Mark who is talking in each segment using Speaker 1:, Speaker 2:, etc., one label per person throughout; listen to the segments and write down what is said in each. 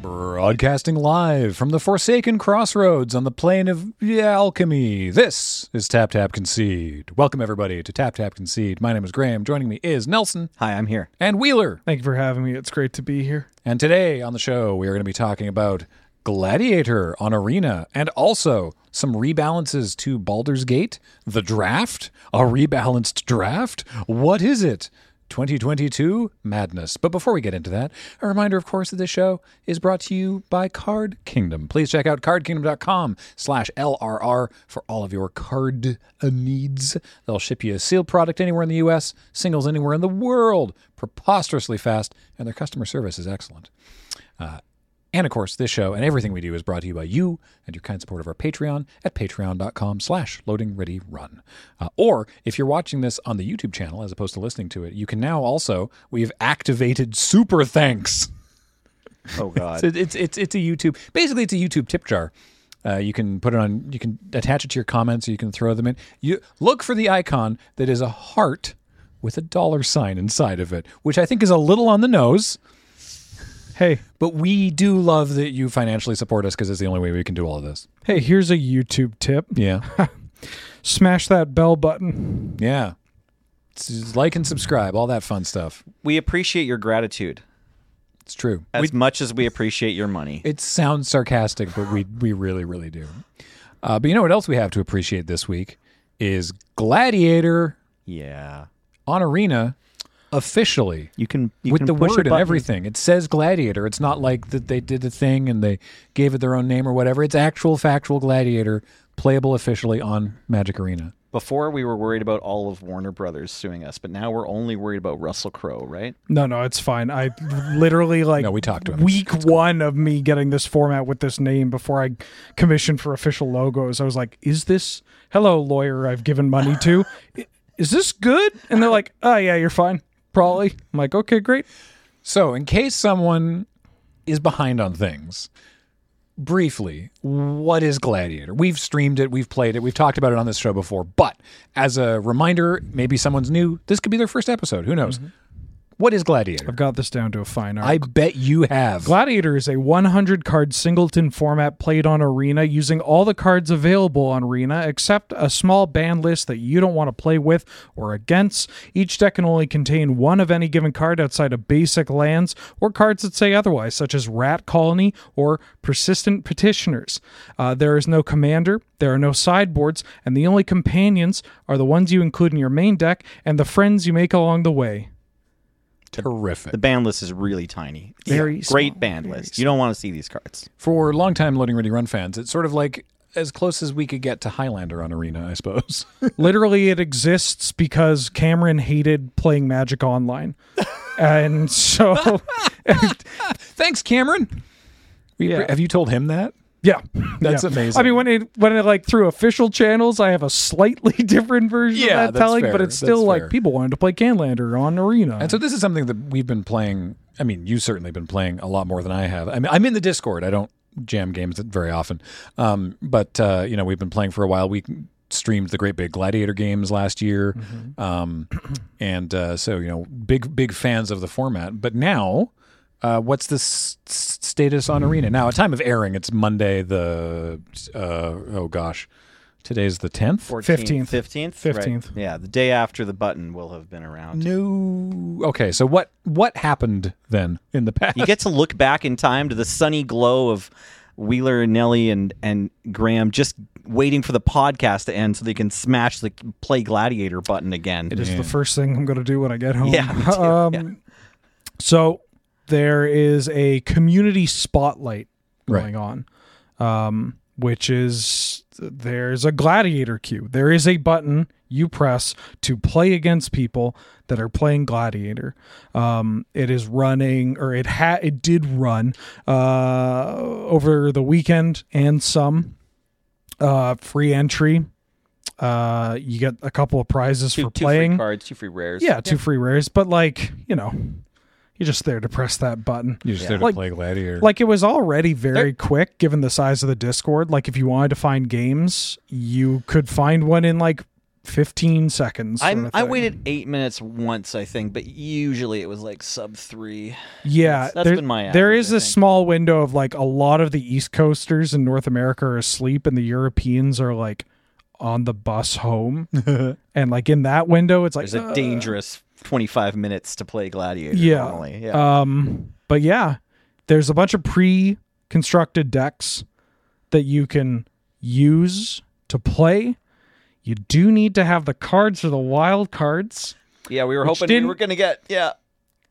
Speaker 1: Broadcasting live from the Forsaken Crossroads on the plane of yeah, alchemy. This is Tap Tap Concede. Welcome, everybody, to Tap Tap Concede. My name is Graham. Joining me is Nelson
Speaker 2: Hi, I'm here.
Speaker 1: and Wheeler.
Speaker 3: Thank you for having me. It's great to be here.
Speaker 1: And today on the show, we are going to be talking about Gladiator on Arena and also some rebalances to Baldur's Gate, the draft, a rebalanced draft. What is it? 2022 madness. But before we get into that, a reminder, of course, that this show is brought to you by Card Kingdom. Please check out cardkingdom.com slash LRR for all of your card uh, needs. They'll ship you a sealed product anywhere in the US, singles anywhere in the world, preposterously fast, and their customer service is excellent. Uh, And of course, this show and everything we do is brought to you by you and your kind support of our Patreon at patreon.com slash loading ready run. Uh, or if you're watching this on the YouTube channel as opposed to listening to it, you can now also, we've activated super thanks.
Speaker 2: Oh God.
Speaker 1: So it's, it's, it's a YouTube, basically it's a YouTube tip jar. Uh, you can put it on, you can attach it to your comments or you can throw them in. You look for the icon that is a heart with a dollar sign inside of it, which I think is a little on the nose.
Speaker 3: Hey,
Speaker 1: But we do love that you financially support us because it's the only way we can do all of this.
Speaker 3: hey, here's a YouTube tip.
Speaker 1: Yeah.
Speaker 3: Smash that bell button.
Speaker 1: yeah. It's just like and subscribe, all that fun stuff.
Speaker 2: we appreciate your gratitude
Speaker 1: It's true.
Speaker 2: as much as we appreciate your money.
Speaker 1: It sounds sarcastic, but we, we really, really do. Uh, but you know what else we have to appreciate this week is Gladiator
Speaker 2: yeah.
Speaker 1: on Arena officially.
Speaker 2: You can you
Speaker 1: with
Speaker 2: can
Speaker 1: the
Speaker 2: push a
Speaker 1: word and
Speaker 2: button.
Speaker 1: everything. It says Gladiator. It's not like that they did the thing and they gave it their own name or whatever. It's actual factual Gladiator playable officially on Magic Arena.
Speaker 2: Before we were worried about all of Warner Brothers suing us, but now we're only worried about Russell Crowe, right?
Speaker 3: No, no, it's fine. I literally like
Speaker 1: No, we talked to him.
Speaker 3: week one of me getting this format with this name before I commissioned for official logos. I was like, is this hello lawyer I've given money to? I- Is this good? And they're like, oh yeah, you're fine. Probably. I'm like, okay, great.
Speaker 1: So, in case someone is behind on things, briefly, what is Gladiator? We've streamed it, we've played it, we've talked about it on this show before, but as a reminder, maybe someone's new, this could be their first episode, who knows?
Speaker 2: Mm-hmm.
Speaker 1: What is Gladiator?
Speaker 3: I've got this down to a fine art.
Speaker 1: I bet you have.
Speaker 3: Gladiator is a 100 card singleton format played on Arena using all the cards available on Arena except a small ban list that you don't want to play with or against. Each deck can only contain one of any given card outside of basic lands or cards that say otherwise, such as Rat Colony or Persistent Petitioners. Uh, there is no commander, there are no sideboards, and the only companions are the ones you include in your main deck and the friends you make along the way.
Speaker 1: Terrific.
Speaker 2: The band list is really tiny. It's a
Speaker 3: Very
Speaker 2: great
Speaker 3: small,
Speaker 2: band
Speaker 3: very
Speaker 2: list. You don't want to see these cards.
Speaker 1: For longtime Loading Ready Run fans, it's sort of like as close as we could get to Highlander on Arena, I suppose.
Speaker 3: Literally, it exists because Cameron hated playing Magic Online. and so,
Speaker 1: Thanks, Cameron. We-
Speaker 3: Yeah.
Speaker 1: Have you told him that?
Speaker 3: yeah.
Speaker 1: That's
Speaker 3: Yeah.
Speaker 1: amazing.
Speaker 3: I mean, when it, when it like through official channels, I have a slightly different version
Speaker 1: Yeah,
Speaker 3: of that
Speaker 1: that's
Speaker 3: telling,
Speaker 1: fair.
Speaker 3: but it's still
Speaker 1: That's
Speaker 3: like
Speaker 1: fair.
Speaker 3: people wanted to play Canlander on Arena.
Speaker 1: And so this is something that we've been playing. I mean, you've certainly been playing a lot more than I have. I mean, I'm in the Discord. I don't jam games very often, um, but uh, you know, we've been playing for a while. We streamed the Great Big Gladiator games last year, um, and uh, so you know, big big fans of the format. But now. Uh, what's the s- s- status on Arena now? At time of airing, it's Monday. The uh, oh gosh, today's the tenth.
Speaker 3: 15th.
Speaker 2: 15th?
Speaker 3: 15th.
Speaker 2: Yeah, the day after the button will have been around.
Speaker 1: No. Okay, so what what happened then in the past?
Speaker 2: You get to look back in time to the sunny glow of Wheeler and Nelly and, and Graham just waiting for the podcast to end so they can smash the play gladiator button again.
Speaker 3: It is the first thing I'm going to do when I get home.
Speaker 2: Yeah, me too.
Speaker 3: Um,
Speaker 2: Yeah.
Speaker 3: So there is a community spotlight
Speaker 1: Right.
Speaker 3: going on, um, which is there's a gladiator queue. There is a button you press to play against people that are playing gladiator. Um, it is running, or it had, it did run uh, over the weekend and some uh, free entry. Uh, you get a couple of prizes
Speaker 2: two,
Speaker 3: for
Speaker 2: two
Speaker 3: playing.
Speaker 2: free cards, two free rares.
Speaker 3: Yeah, two free rares, but like, you know, you're just there to press that button.
Speaker 1: You're just
Speaker 2: Yeah.
Speaker 1: there to
Speaker 3: Like-
Speaker 1: play Gladiator.
Speaker 3: Like it was already very quick given the size of the Discord. Like if you wanted to find games, you could find one in like 15 seconds. sort
Speaker 2: I'm,
Speaker 3: of
Speaker 2: I
Speaker 3: thing.
Speaker 2: waited eight minutes once, I think, but usually it was like sub three.
Speaker 3: Yeah,
Speaker 2: That's- that's
Speaker 3: there-
Speaker 2: been my
Speaker 3: There
Speaker 2: average,
Speaker 3: is
Speaker 2: I
Speaker 3: this
Speaker 2: think.
Speaker 3: small window of like a lot of the East Coasters in North America are asleep, and the Europeans are like on the bus home, and like in that window, it's like
Speaker 2: There's a
Speaker 3: "Uh."
Speaker 2: dangerous 25 minutes to play Gladiator.
Speaker 3: Yeah.
Speaker 2: normally. yeah.
Speaker 3: Um, but yeah, there's a bunch of pre-constructed decks that you can use to play. You do need to have the cards or the wild cards.
Speaker 2: yeah, we were
Speaker 3: which
Speaker 2: hoping we
Speaker 3: didn't-
Speaker 2: were gonna get. Yeah,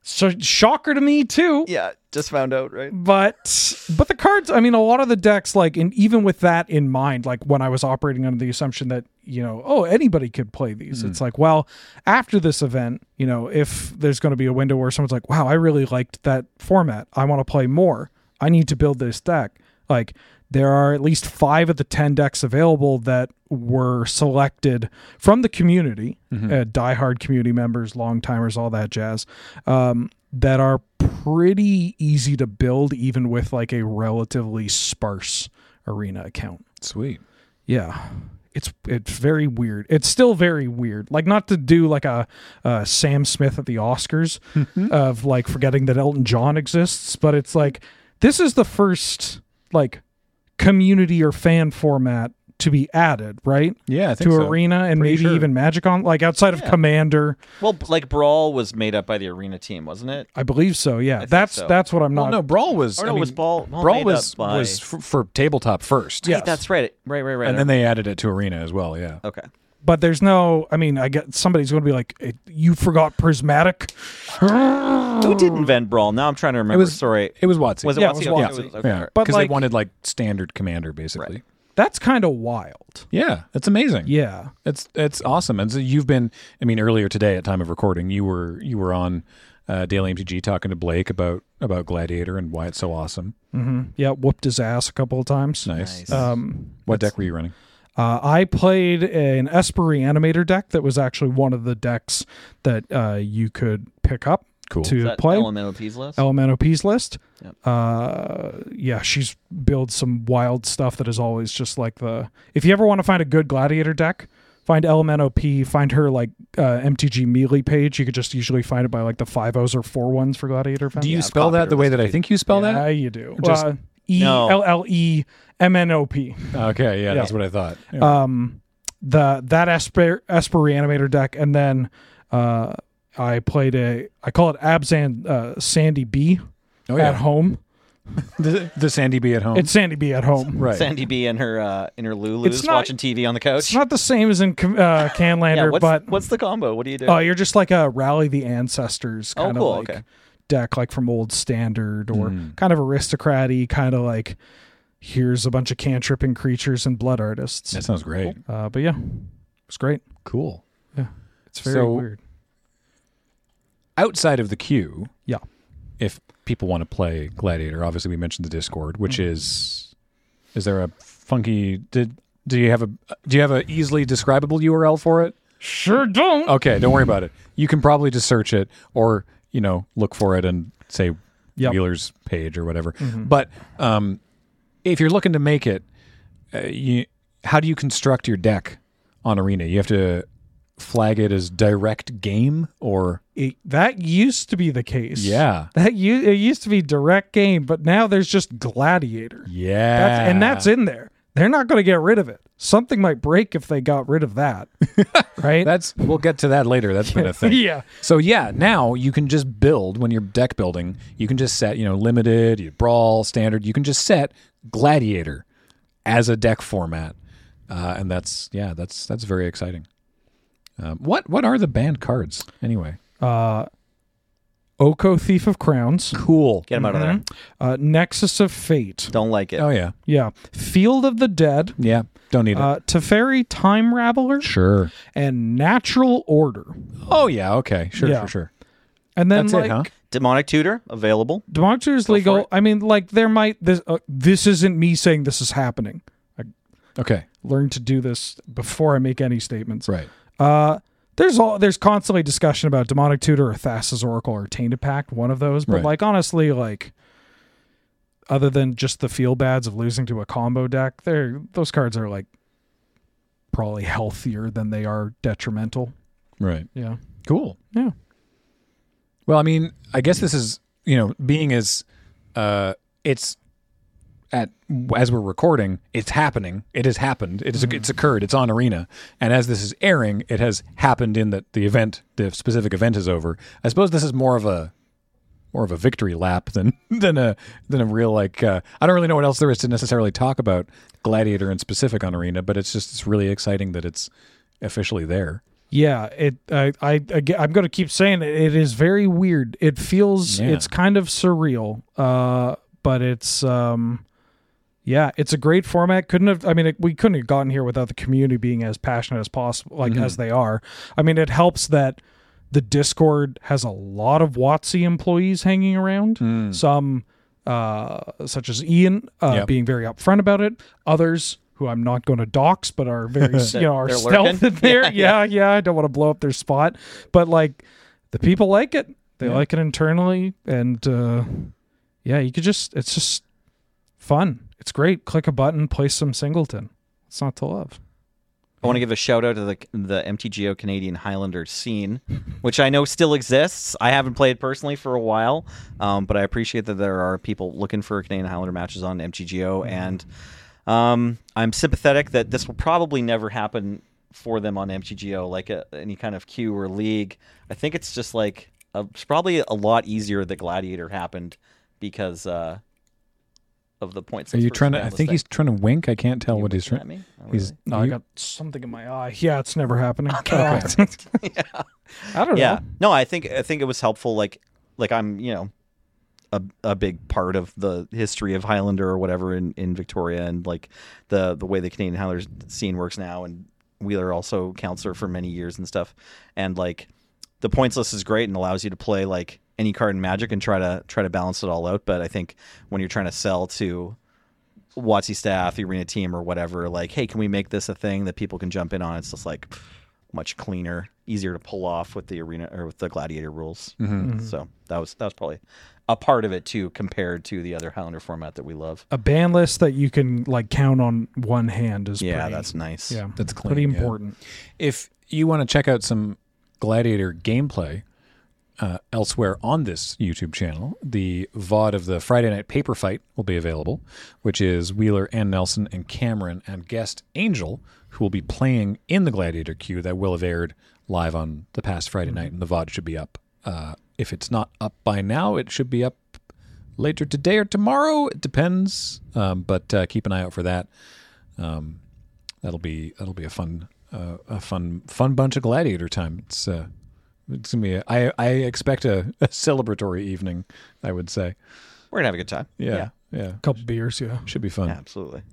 Speaker 3: So shocker to me too.
Speaker 2: yeah. Just found out, right?
Speaker 3: but but the cards i mean a lot of the decks like and even with that in mind like when i was operating under the assumption that you know oh anybody could play these it's like well after this event you know if there's going to be a window where someone's like wow i really liked that format i want to play more i need to build this deck like there are at least five of the 10 decks available that were selected from the community, uh, diehard community members, long timers, all that jazz, um, that are pretty easy to build, even with like a relatively sparse arena account.
Speaker 1: Sweet.
Speaker 3: Yeah. It's it's very weird. It's still very weird. Like not to do like a uh, Sam Smith at the Oscars
Speaker 1: Mm-hmm.
Speaker 3: of like forgetting that Elton John exists, but it's like this is the first like community or fan format to be added, right?
Speaker 1: Yeah, I think
Speaker 3: To
Speaker 1: so.
Speaker 3: arena and
Speaker 1: Pretty
Speaker 3: maybe
Speaker 1: sure.
Speaker 3: even Magic on like outside of Commander,
Speaker 2: Well, b- like Brawl was made up by the arena team, wasn't it?
Speaker 3: I believe so. Yeah, that's
Speaker 2: so.
Speaker 3: that's what I'm
Speaker 1: Well,
Speaker 3: not.
Speaker 1: no, Brawl was.
Speaker 2: Or
Speaker 1: I
Speaker 2: no, it
Speaker 1: mean,
Speaker 2: was Brawl- Brawl made
Speaker 1: was
Speaker 2: up by-
Speaker 1: was for, for tabletop first.
Speaker 3: Yeah.
Speaker 2: Hey, that's right. Right, right, right.
Speaker 1: and then they added it to arena as well. Yeah.
Speaker 2: okay.
Speaker 3: But there's no. I mean, I get somebody's going to be like, "Eh, you forgot Prismatic.
Speaker 2: Who did invent Brawl? Now I'm trying to remember.
Speaker 1: was-
Speaker 2: Sorry,
Speaker 1: It was Watsy.
Speaker 2: was it
Speaker 3: yeah, it
Speaker 2: Watsy?
Speaker 3: was
Speaker 2: Okay,
Speaker 3: Watsy.
Speaker 2: okay,
Speaker 1: Yeah,
Speaker 2: alright.
Speaker 3: But,
Speaker 1: because
Speaker 3: like-
Speaker 1: they wanted like standard commander, basically.
Speaker 3: That's kind of wild.
Speaker 1: Yeah, it's amazing.
Speaker 3: Yeah.
Speaker 1: It's it's awesome. And so you've been I mean earlier today at time of recording you were you were on uh, Daily MTG talking to Blake about about Gladiator and why it's so awesome.
Speaker 3: Yeah, whooped his ass a couple of times.
Speaker 1: Nice.
Speaker 2: Nice.
Speaker 3: Um,
Speaker 1: what deck were you running?
Speaker 3: uh, I played an Esper Animator deck that was actually one of the decks that uh, you could pick up
Speaker 1: Cool.
Speaker 3: to
Speaker 2: Is that
Speaker 3: play.
Speaker 2: Elemental Teas list?
Speaker 1: Oh,
Speaker 3: Elementop's list.
Speaker 2: Yep.
Speaker 3: Uh, yeah, she's builds some wild stuff that is always just like the. If you ever want to find a good gladiator deck, find Elementop. Find her like uh, MTG melee page. You could just usually find it by like the five O's or four ones for gladiator.
Speaker 1: Do you
Speaker 2: Yeah,
Speaker 1: spell
Speaker 2: copied
Speaker 1: that the
Speaker 2: or
Speaker 1: way that I think you spell
Speaker 3: Yeah, you do.
Speaker 1: Just-
Speaker 3: uh, E L L E M N O P.
Speaker 1: that? Okay, yeah, that's what I thought. Yeah.
Speaker 3: um the that Esper Esper reanimator deck, and then uh I played a I call it Abzan uh, Sandy B
Speaker 1: oh
Speaker 3: at
Speaker 1: yeah.
Speaker 3: home.
Speaker 1: The, the Sandy B at home.
Speaker 3: It's Sandy B at home.
Speaker 1: right.
Speaker 2: Sandy B and her uh, in her Lulu's
Speaker 3: It's not-
Speaker 2: watching TV on the couch.
Speaker 3: It's not the same as in Com- uh, Canlander,
Speaker 2: yeah, what's,
Speaker 3: but
Speaker 2: what's the combo? What do you do?
Speaker 3: oh, you're just like a rally the ancestors
Speaker 2: Oh,
Speaker 3: kind of
Speaker 2: cool,
Speaker 3: like
Speaker 2: okay. Hmm.
Speaker 3: deck, like from old standard or kind of aristocraty, kind of like here's a bunch of cantripping creatures and blood artists.
Speaker 1: that sounds great.
Speaker 3: Uh, but yeah, it's great.
Speaker 1: Cool.
Speaker 3: It's very
Speaker 1: So-
Speaker 3: weird.
Speaker 1: Outside of the queue,
Speaker 3: Yeah.
Speaker 1: if people want to play Gladiator, obviously we mentioned the Discord, which
Speaker 3: Mm-hmm.
Speaker 1: is is there a funky did do you have a do you have a easily describable URL for it?
Speaker 3: Sure don't.
Speaker 2: Oh.
Speaker 1: Okay, don't worry about it. You can probably just search it or, you know, look for it and say
Speaker 3: Yep. Mm-hmm.
Speaker 1: Wheeler's page or whatever. But um, if you're looking to make it, uh, you, how do you construct your deck on Arena? You have to flag it as direct game or.
Speaker 3: it, that used to be the case.
Speaker 1: Yeah.
Speaker 3: That u- it used to be direct game, but now there's just gladiator.
Speaker 1: Yeah.
Speaker 3: That's, and that's in there. They're not going to get rid of it. Something might break if they got rid of that. right?
Speaker 1: That's we'll get to that later. That's been a thing.
Speaker 3: Yeah.
Speaker 1: So yeah, now you can just build when you're deck building. You can just set you know limited, you brawl, standard. You can just set gladiator as a deck format, uh, and that's yeah, that's that's very exciting. Um, what what are the banned cards anyway?
Speaker 3: Oko Thief of Crowns,
Speaker 1: Cool.
Speaker 2: Get him out of there.
Speaker 3: uh, Nexus of Fate.
Speaker 2: Don't like it.
Speaker 1: mm-hmm. Oh yeah,
Speaker 3: Yeah. Field of the Dead,
Speaker 1: yeah. Don't need it.
Speaker 3: uh, Teferi Time Raveler,
Speaker 1: sure.
Speaker 3: and Natural Order.
Speaker 1: Oh yeah. Okay. Sure.
Speaker 3: Yeah.
Speaker 1: Sure. Sure.
Speaker 3: And then
Speaker 1: That's
Speaker 3: like
Speaker 1: it, huh?
Speaker 2: Demonic Tutor available.
Speaker 3: Democracy is
Speaker 2: for
Speaker 3: legal.
Speaker 2: it.
Speaker 3: I mean, like there might this uh, this isn't me saying this is happening.
Speaker 1: Okay.
Speaker 3: learn to do this before I make any statements.
Speaker 1: Right.
Speaker 3: Uh, there's all there's constantly discussion about demonic tutor or Thassa's Oracle or Tainted Pact, one of those. But
Speaker 1: Right.
Speaker 3: like honestly, like other than just the feel bads of losing to a combo deck, there those cards are like probably healthier than they are detrimental.
Speaker 1: Right.
Speaker 3: Yeah.
Speaker 1: Cool.
Speaker 3: Yeah.
Speaker 1: Well, I mean, I guess this is you know being as uh, it's at as we're recording, it's happening. It has happened. It is it's occurred. It's on Arena, and as this is airing, it has happened in that the event, the specific event, is over. I suppose this is more of a more of a victory lap than than a than a real like uh, I don't really know what else there is to necessarily talk about Gladiator in specific on Arena, but it's just it's really exciting that it's officially there.
Speaker 3: Yeah, it. I. I. aga- I'm going to keep saying it. It is very weird. It feels.
Speaker 1: Yeah.
Speaker 3: It's kind of surreal. Uh, but it's. Um, yeah, it's a great format. Couldn't have. I mean, it, we couldn't have gotten here without the community being as passionate as possible, like as they are. I mean, it helps that the Discord has a lot of WotC employees hanging around. Some, uh, such as Ian, uh,
Speaker 1: Yep.
Speaker 3: being very upfront about it. Others. Who I'm not going to dox, but are very you know are
Speaker 2: They're
Speaker 3: stealth
Speaker 2: lurking.
Speaker 3: in there. yeah, yeah. I don't want to blow up their spot, but like the people like it. They like it internally, and uh, yeah, you could just it's just fun. It's great. Click a button, play some Singleton. It's not to love.
Speaker 2: I want to give a shout out to the the MTGO Canadian Highlander scene, which I know still exists. I haven't played personally for a while, um, but I appreciate that there are people looking for Canadian Highlander matches on MTGO, and um, I'm sympathetic that this will probably never happen for them on MTGO, like a, any kind of queue or league. I think it's just like a, it's probably a lot easier that Gladiator happened because uh, of the points.
Speaker 1: Are you trying to? I think he's trying to wink. I can't tell what he's
Speaker 2: looking at
Speaker 1: trying.
Speaker 2: me? Oh,
Speaker 1: He's
Speaker 2: really?
Speaker 3: No,
Speaker 1: you-
Speaker 3: I got something in my eye. Yeah, it's never happening. I don't
Speaker 2: yeah
Speaker 3: know.
Speaker 2: no i think i think it was helpful like like i'm you know a, a big part of the history of highlander or whatever in, in victoria and like the the way the canadian highlander scene works now and wheeler also counselor for many years and stuff and like the points list is great and allows you to play like any card in magic and try to try to balance it all out but i think when you're trying to sell to WotC staff, the arena team, or whatever, like, hey, can we make this a thing that people can jump in on? It's just like much cleaner, easier to pull off with the arena or with the gladiator rules.
Speaker 1: Mm-hmm.
Speaker 2: So that was that was probably a part of it too, compared to the other Highlander format that we love.
Speaker 3: A ban list that you can like count on one hand is
Speaker 2: Yeah,
Speaker 3: pretty,
Speaker 2: that's nice.
Speaker 3: yeah
Speaker 1: That's clean,
Speaker 3: pretty
Speaker 1: yeah.
Speaker 3: important.
Speaker 1: If you want to check out some Gladiator gameplay uh, elsewhere on this YouTube channel, the VOD of the Friday Night Paper Fight will be available, which is Wheeler and Nelson and Cameron and guest Angel, who will be playing in the Gladiator queue that will have aired live on the past Friday night, and the VOD should be up. Uh, if it's not up by now, it should be up later today or tomorrow. It depends, um, but uh, keep an eye out for that. Um, that'll be that'll be a fun uh, a fun fun bunch of gladiator time. It's uh, it's gonna be a, I I expect a, a celebratory evening. I would say
Speaker 2: We're gonna have a good time.
Speaker 1: yeah yeah,
Speaker 3: A couple beers, yeah.
Speaker 1: should be fun.
Speaker 2: Yeah, absolutely.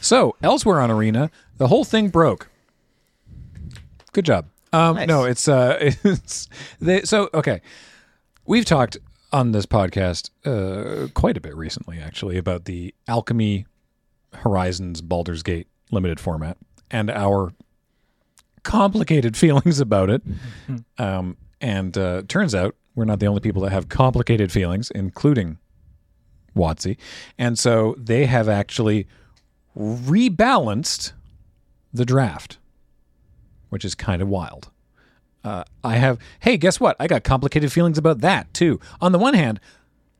Speaker 1: So elsewhere on arena, the whole thing broke. Good job. Um,
Speaker 2: Nice.
Speaker 1: No, it's uh, it's they, so okay. We've talked on this podcast uh, quite a bit recently, actually, about the Alchemy Horizons Baldur's Gate limited format and our complicated feelings about it. Um, and uh, turns out we're not the only people that have complicated feelings, including Watsy. And so they have actually rebalanced the draft, which is kind of wild. Uh, I have, hey, guess what? I got complicated feelings about that too. On the one hand,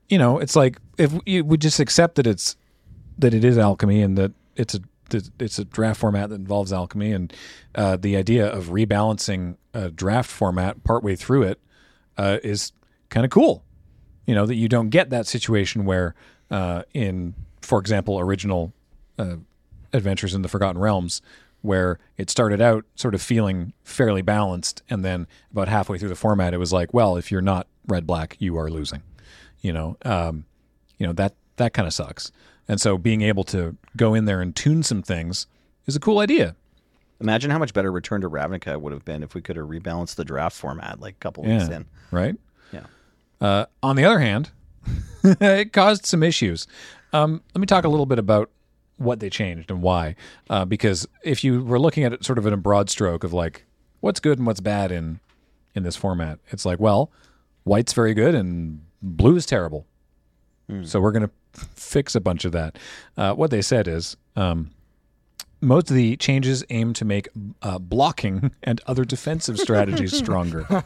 Speaker 1: you know, it's like if you would just accept that it's that it is alchemy and that it's a that it's a draft format that involves alchemy and uh, the idea of rebalancing a draft format partway through it uh, is kind of cool you know that you don't get that situation where uh, in for example original uh, adventures in the forgotten realms where it started out sort of feeling fairly balanced and then about halfway through the format it was like well if you're not red black you are losing you know um, you know that that kind of sucks and so being able to go in there and tune some things is a cool idea
Speaker 2: Imagine how much better Return to Ravnica would have been if we could have rebalanced the draft format like a couple weeks in.
Speaker 1: right
Speaker 2: Yeah.
Speaker 1: Uh, on the other hand, it caused some issues. Um, let me talk a little bit about what they changed and why. Uh, because if you were looking at it sort of in a broad stroke of like what's good and what's bad in in this format, it's like, well, white's very good and blue is terrible. So we're going to fix a bunch of that. Uh, what they said is um, most of the changes aim to make uh, blocking and other defensive strategies stronger.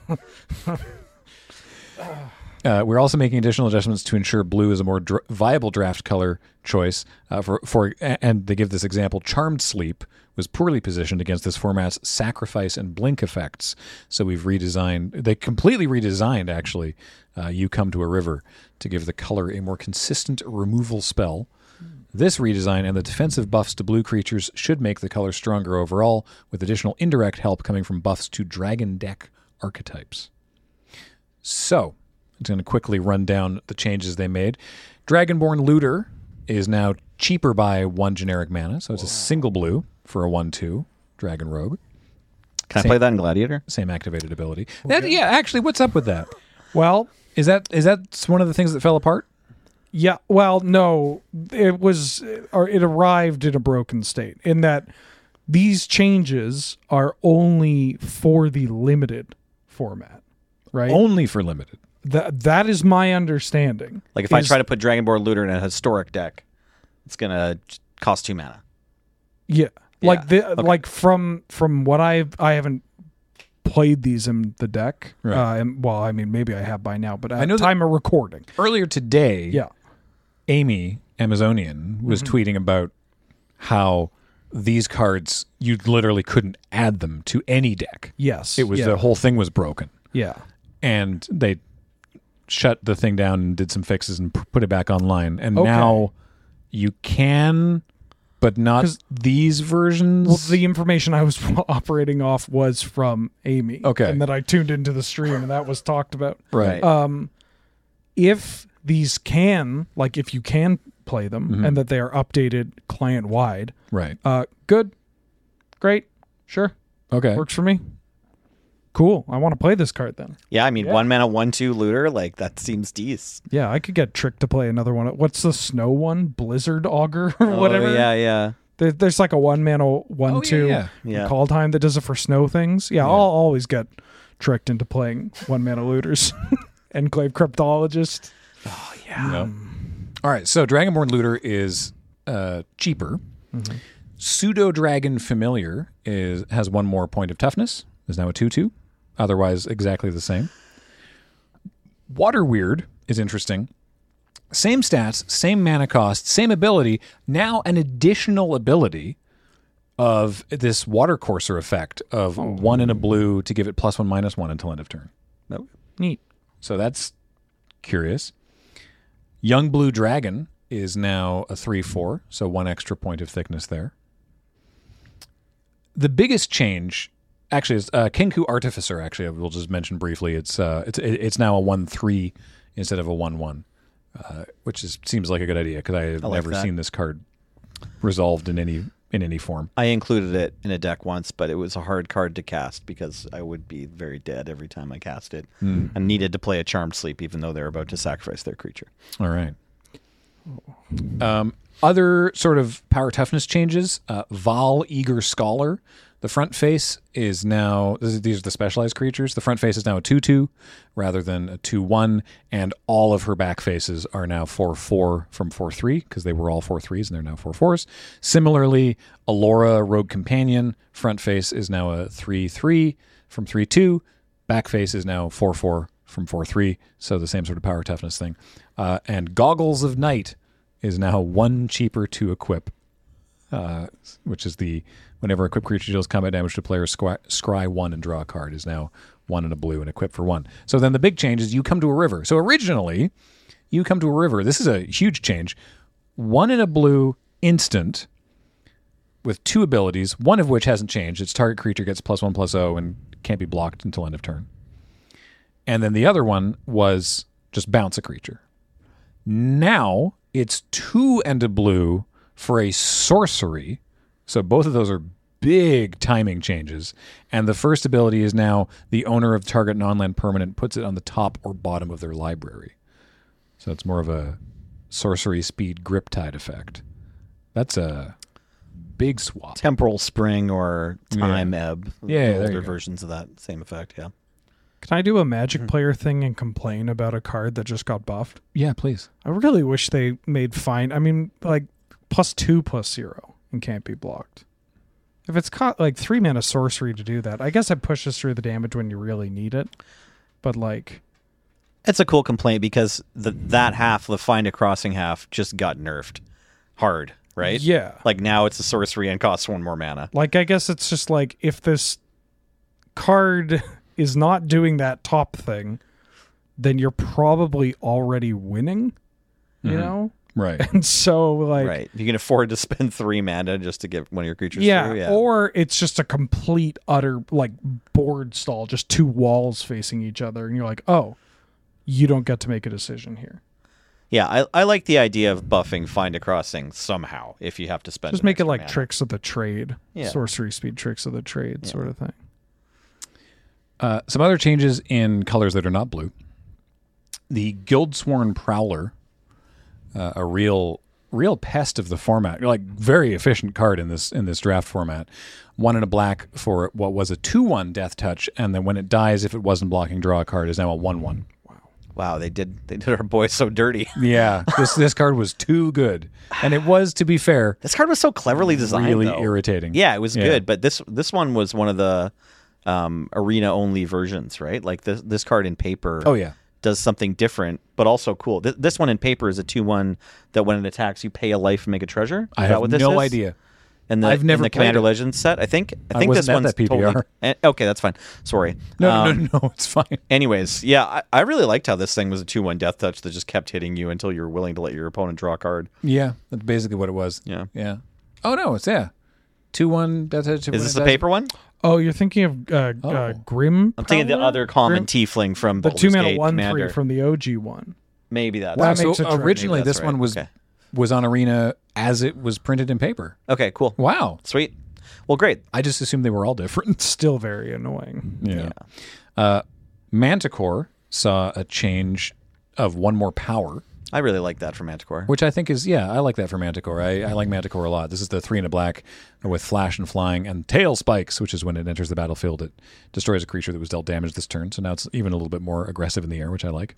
Speaker 1: Uh, we're also making additional adjustments to ensure blue is a more dr- viable draft color choice. Uh, for for a- and they give this example: Charmed Sleep was poorly positioned against this format's sacrifice and blink effects. So we've redesigned. They completely redesigned actually. Uh, you come to a river to give the color a more consistent removal spell. This redesign and the defensive buffs to blue creatures should make the color stronger overall, with additional indirect help coming from buffs to dragon deck archetypes. So, I'm going to quickly run down the changes they made. Dragonborn Looter is now cheaper by one generic mana, so it's a single blue for a 1 2 Dragon Rogue.
Speaker 2: Can I play that in Gladiator?
Speaker 1: Same activated ability. That, yeah, actually, what's up with that?
Speaker 3: Well,
Speaker 1: Is that is that one of the things that fell apart?
Speaker 3: yeah. Well, no, it was or it arrived in a broken state in that these changes are only for the limited format, right?
Speaker 1: Only for limited.
Speaker 3: that that is my understanding.
Speaker 2: Like if I
Speaker 3: Is-
Speaker 2: try to put Dragonborn Looter in a historic deck, it's gonna cost two mana.
Speaker 3: Yeah. Like
Speaker 2: Yeah.
Speaker 3: the like from from what I've I haven't played these in the deck.
Speaker 1: Right.
Speaker 3: Uh, and, well, I mean maybe I have by now, but at I
Speaker 1: know
Speaker 3: know
Speaker 1: that-
Speaker 3: time of recording.
Speaker 1: Earlier today,
Speaker 3: Yeah. Mm-hmm.
Speaker 1: Amy Amazonian was tweeting about how these cards you literally couldn't add them to any deck.
Speaker 3: Yes.
Speaker 1: It was
Speaker 3: yeah.
Speaker 1: the whole thing was broken,
Speaker 3: yeah.
Speaker 1: and they shut the thing down and did some fixes and p- put it back online. And
Speaker 3: Okay.
Speaker 1: now you can, but not
Speaker 3: 'Cause-
Speaker 1: these versions.
Speaker 3: Well, the information I was operating off was from Amy.
Speaker 1: Okay.
Speaker 3: And then I tuned into the stream and that was talked about.
Speaker 1: right. Oh,
Speaker 3: If these can, like if you can play them
Speaker 1: Mm-hmm.
Speaker 3: and that they are updated client wide,
Speaker 1: right.
Speaker 3: uh good. Great. Sure.
Speaker 1: Okay.
Speaker 3: Works for me. Cool. I want to play this card then.
Speaker 2: Yeah, I mean one mana, one two looter, like that seems decent.
Speaker 3: Yeah, I could get tricked to play another one. What's the snow one? Blizzard Augur or whatever.
Speaker 2: Oh, yeah, yeah.
Speaker 3: There, there's like a one man or one
Speaker 1: Oh, yeah,
Speaker 3: two
Speaker 1: yeah.
Speaker 2: Yeah.
Speaker 3: call time that does it for snow things. Yeah, I'll always get tricked into playing one man looters. Enclave cryptologist.
Speaker 1: No. All right. So Dragonborn Looter is uh, cheaper. Pseudo Dragon Familiar is has one more point of toughness. Is now a two-two. Otherwise, exactly the same. Water Weird is interesting. Same stats, same mana cost, same ability. Now an additional ability of this water courser effect of one in a blue to give it plus one minus one until end of turn.
Speaker 2: No.
Speaker 3: Neat.
Speaker 1: So that's curious. Young Blue Dragon is now a 3 4, so one extra point of thickness there. The biggest change, actually, is uh, Kenku Artificer. Actually, I will just mention briefly. It's uh, it's it- it's now a 1 3 instead of a 1 1, uh, which is, seems like a good idea because I have
Speaker 2: like
Speaker 1: never
Speaker 2: that.
Speaker 1: seen this card resolved in any in any form.
Speaker 2: I included it in a deck once, but it was a hard card to cast because I would be very dead every time I cast it.
Speaker 1: Hmm.
Speaker 2: I needed to play a charmed sleep, even though they're about to sacrifice their creature.
Speaker 1: All right. Um, other sort of power toughness changes. Uh, Val Eager Scholar. The front face is now, this is- these are the specialized creatures. The front face is now a 2 2 rather than a 2 1. And all of her back faces are now 4 4 from 4 3 because they were all 4 3s and they're now 4 4s. Similarly, Alora Rogue Companion, front face is now a 3 3 from 3 2 back face is now 4 4 from 4 3, so the same sort of power toughness thing. Uh, and Goggles of Night is now one cheaper to equip, uh, which is the whenever equip creature deals combat damage to player, scry, scry one and draw a card is now one and a blue and equip for one. So then the big change is you come to a river. So originally, you come to a river. This is a huge change. One in a blue instant with two abilities, one of which hasn't changed. Its target creature gets plus one plus zero and can't be blocked until end of turn. And then the other one was just bounce a creature. Now it's two and a blue for a sorcery. So both of those are big timing changes. And the first ability is now the owner of target non land permanent puts it on the top or bottom of their library. So it's more of a sorcery speed grip tide effect. That's a big swap.
Speaker 2: Temporal spring or time ebb.
Speaker 1: Yeah,
Speaker 2: the
Speaker 1: there you
Speaker 2: older
Speaker 1: go.
Speaker 2: versions of that same effect. Yeah.
Speaker 3: Can I do a magic player thing and complain about a card that just got buffed?
Speaker 1: Yeah, please.
Speaker 3: I really wish they made fine. I mean, like plus two plus zero and can't be blocked. If it's caught like three mana sorcery to do that, I guess it pushes through the damage when you really need it. But like,
Speaker 2: It's a cool complaint because the, that half, the find a crossing half, just got nerfed hard, right?
Speaker 3: yeah,
Speaker 2: Like now it's a sorcery and costs one more mana.
Speaker 3: like I guess it's just like if this card is not doing that top thing, then you're probably already winning. You know,
Speaker 1: Right.
Speaker 3: and so like,
Speaker 2: right. You can afford to spend three mana just to get one of your creatures
Speaker 3: yeah,
Speaker 2: through.
Speaker 3: or it's just a complete utter like board stall, just two walls facing each other, and you're like, oh, you don't get to make a decision here.
Speaker 2: Yeah, I, I like the idea of buffing Find a Crossing somehow if you have to spend.
Speaker 3: Just
Speaker 2: an
Speaker 3: make it
Speaker 2: extra
Speaker 3: like
Speaker 2: mana.
Speaker 3: tricks of the trade,
Speaker 2: Yeah.
Speaker 3: sorcery speed tricks of the trade, sort of thing.
Speaker 1: Uh, some other changes in colors that are not blue. The Guildsworn Prowler, uh, a real real pest of the format, like very efficient card in this in this draft format. One in a black for what was a two one death touch, and then when it dies, if it wasn't blocking, draw a card is now a one one.
Speaker 2: Wow, they did they did our boy so dirty.
Speaker 1: Yeah, this this card was too good, and it was to be fair
Speaker 2: This card was so cleverly designed.
Speaker 1: really
Speaker 2: though.
Speaker 1: irritating.
Speaker 2: Yeah, it was good, but this this one was one of the um, arena only versions, right? Like this this card in paper.
Speaker 1: Oh yeah.
Speaker 2: does something different, but also cool. Th- this one in paper is a two one that when it attacks, you pay a life and make a treasure.
Speaker 1: I have
Speaker 2: is that what this
Speaker 1: no
Speaker 2: is?
Speaker 1: idea.
Speaker 2: And the,
Speaker 1: I've never
Speaker 2: in the
Speaker 1: played
Speaker 2: Commander
Speaker 1: it.
Speaker 2: Legends set. I think I think
Speaker 1: wasn't
Speaker 2: this
Speaker 1: at
Speaker 2: one's
Speaker 1: that PPR.
Speaker 2: totally. eh, Okay, that's fine. Sorry.
Speaker 1: No,
Speaker 2: Um,
Speaker 1: no, no, no, it's fine.
Speaker 2: Anyways, yeah, I, I really liked how this thing was a two one death touch that just kept hitting you until you were willing to let your opponent draw a card.
Speaker 1: Yeah, that's basically what it was.
Speaker 2: Yeah.
Speaker 1: Yeah. Oh no, it's yeah. Two one. That's a, two,
Speaker 2: Is this a paper one?
Speaker 3: Oh, you're thinking of uh, uh, Grim?
Speaker 2: Oh. I'm thinking the other common tiefling from
Speaker 3: the
Speaker 2: Baldur's
Speaker 3: two mana
Speaker 2: Gate
Speaker 3: one
Speaker 2: Commander.
Speaker 3: three from the OG one.
Speaker 2: Maybe that's
Speaker 1: Wow.
Speaker 3: That
Speaker 1: So
Speaker 3: makes it true.
Speaker 1: originally,
Speaker 2: Maybe that's
Speaker 1: this one
Speaker 2: right.
Speaker 1: was
Speaker 2: Okay.
Speaker 1: was on Arena as it was printed in paper.
Speaker 2: okay. Cool.
Speaker 1: Wow.
Speaker 2: Sweet. Well, great.
Speaker 1: I just assumed they were all different.
Speaker 3: Still very annoying.
Speaker 1: Yeah. Uh, Manticore saw a change of one more power,
Speaker 2: I really like that from Manticore.
Speaker 1: which I think is yeah, I like that for Manticore. I, I like Manticore a lot. This is the three and a black with flash and flying and tail spikes, which is when it enters the battlefield, it destroys a creature that was dealt damage this turn. So now it's even a little bit more aggressive in the air, which I like.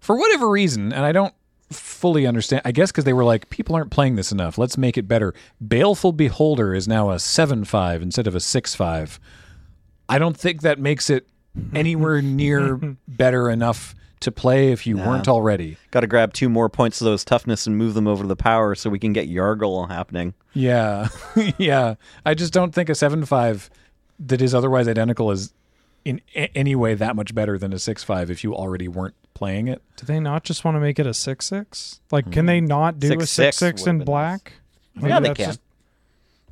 Speaker 1: for whatever reason, and I don't fully understand. I guess because they were like, people aren't playing this enough. Let's make it better. Baleful Beholder is now a seven-five instead of a six-five. I don't think that makes it anywhere near better enough to play if you weren't already.
Speaker 2: Got to grab two more points of those toughness and move them over to the power so we can get Yargle happening.
Speaker 1: Yeah, yeah. I just don't think a seven-five that is otherwise identical is in a- any way that much better than a six-five if you already weren't playing it.
Speaker 3: Do they not just want to make it a six six? Like, can they not do a
Speaker 2: Mm-hmm. Six, six
Speaker 3: six six
Speaker 2: would've
Speaker 3: in
Speaker 2: been
Speaker 3: black? Maybe
Speaker 2: Yeah, they
Speaker 3: that's
Speaker 2: can.
Speaker 3: just-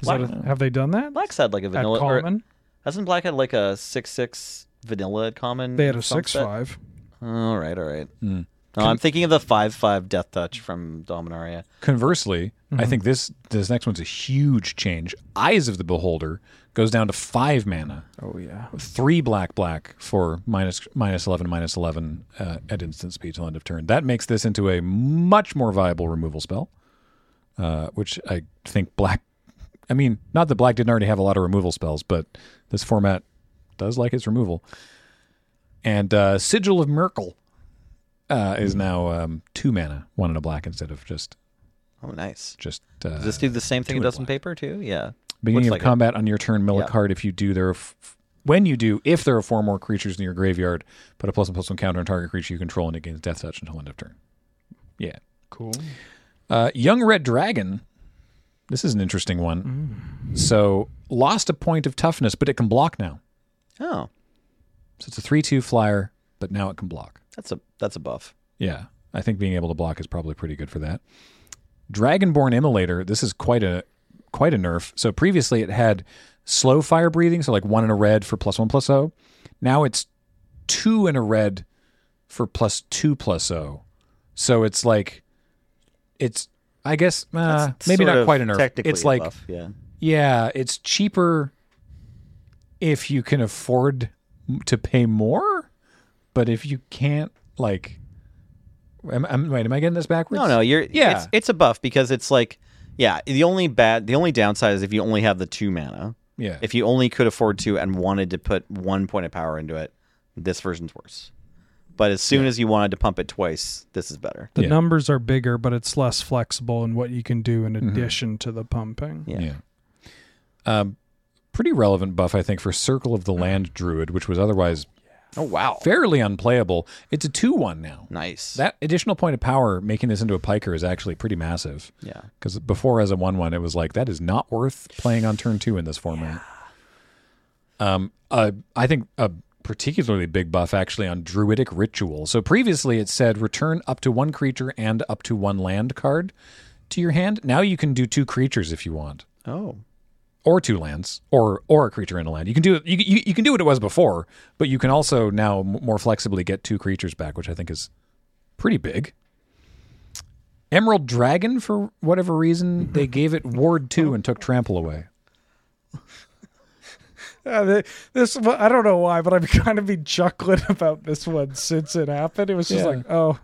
Speaker 3: is that a- have they done that?
Speaker 2: Black's had like a
Speaker 3: At
Speaker 2: vanilla. or-
Speaker 3: common,
Speaker 2: hasn't Black had like a six six vanilla at common?
Speaker 3: they had
Speaker 2: in
Speaker 3: a
Speaker 2: some
Speaker 3: six
Speaker 2: set?
Speaker 3: five.
Speaker 2: All right, all right.
Speaker 1: Hmm.
Speaker 2: No, I'm thinking of the five five death touch from Dominaria.
Speaker 1: Conversely, I think this this next one's a huge change. Eyes of the Beholder goes down to five mana,
Speaker 3: Oh yeah.
Speaker 1: three black black for minus minus eleven minus eleven uh, at instant speed till end of turn. That makes this into a much more viable removal spell, uh, which I think black. I mean, not that black didn't already have a lot of removal spells, but this format does like its removal. And uh, Sigil of Merkle uh, is now um, two mana, one in a black instead of just
Speaker 2: Oh, nice.
Speaker 1: just uh,
Speaker 2: Does this do the same thing it does in paper too? Yeah.
Speaker 1: beginning
Speaker 2: Looks
Speaker 1: of
Speaker 2: like it.
Speaker 1: combat on your turn, mill a
Speaker 2: Yeah.
Speaker 1: card if you do there. are f- when you do, if there are four more creatures in your graveyard, put a plus one plus one counter on target creature you control, and it gains death touch until end of turn. Yeah.
Speaker 3: Cool.
Speaker 1: Uh, Young Red Dragon. This is an interesting one.
Speaker 2: Mm.
Speaker 1: So lost a point of toughness, but it can block now.
Speaker 2: Oh,
Speaker 1: So it's a three-two flyer, but now it can block.
Speaker 2: that's a that's a buff.
Speaker 1: Yeah, I think being able to block is probably pretty good for that. Dragonborn Immolator. This is quite a quite a nerf. So previously it had slow fire breathing, so like one in a red for plus one plus O. Now it's two in a red for plus two plus O. So it's like it's I guess uh,
Speaker 2: It's
Speaker 1: maybe
Speaker 2: sort
Speaker 1: not
Speaker 2: of
Speaker 1: quite a nerf.
Speaker 2: Technically
Speaker 1: It's
Speaker 2: a
Speaker 1: like
Speaker 2: buff, yeah.
Speaker 1: yeah, it's cheaper if you can afford m- to pay more, but if you can't, like, am, am, wait, am I getting this backwards?
Speaker 2: No, no, you're
Speaker 1: Yeah.
Speaker 2: yeah. It's, it's a buff because it's like yeah. The only bad, the only downside is if you only have the two mana.
Speaker 1: Yeah,
Speaker 2: If you only could afford to and wanted to put one point of power into it, this version's worse. But as soon as you wanted to pump it twice, this is better.
Speaker 3: The
Speaker 1: Yeah.
Speaker 3: numbers are bigger, but it's less flexible in what you can do in addition to the pumping.
Speaker 2: Yeah.
Speaker 1: yeah. Um, pretty relevant buff, I think, for Circle
Speaker 2: Uh-huh.
Speaker 1: of the Land Druid, which was otherwise
Speaker 2: Oh wow,
Speaker 1: fairly unplayable. It's a two-one now.
Speaker 2: nice.
Speaker 1: That additional point of power making this into a piker is actually pretty massive.
Speaker 2: yeah,
Speaker 1: Because before as a one-one, it was like that is not worth playing on turn two in this format. Um, uh, I think a particularly big buff actually on Druidic Ritual. So previously it said return up to one creature and up to one land card to your hand. Now you can do two creatures if you want,
Speaker 2: oh
Speaker 1: or two lands, or or a creature and a land. You can do you, you, you can do what it was before, but you can also now m- more flexibly get two creatures back, which I think is pretty big. Emerald Dragon, for whatever reason, they gave it Ward 2 and took Trample away.
Speaker 3: Uh, th- this one- I don't know why, but I've kind of been chuckling about this one since it happened. It was just
Speaker 1: Yeah.
Speaker 3: like, oh,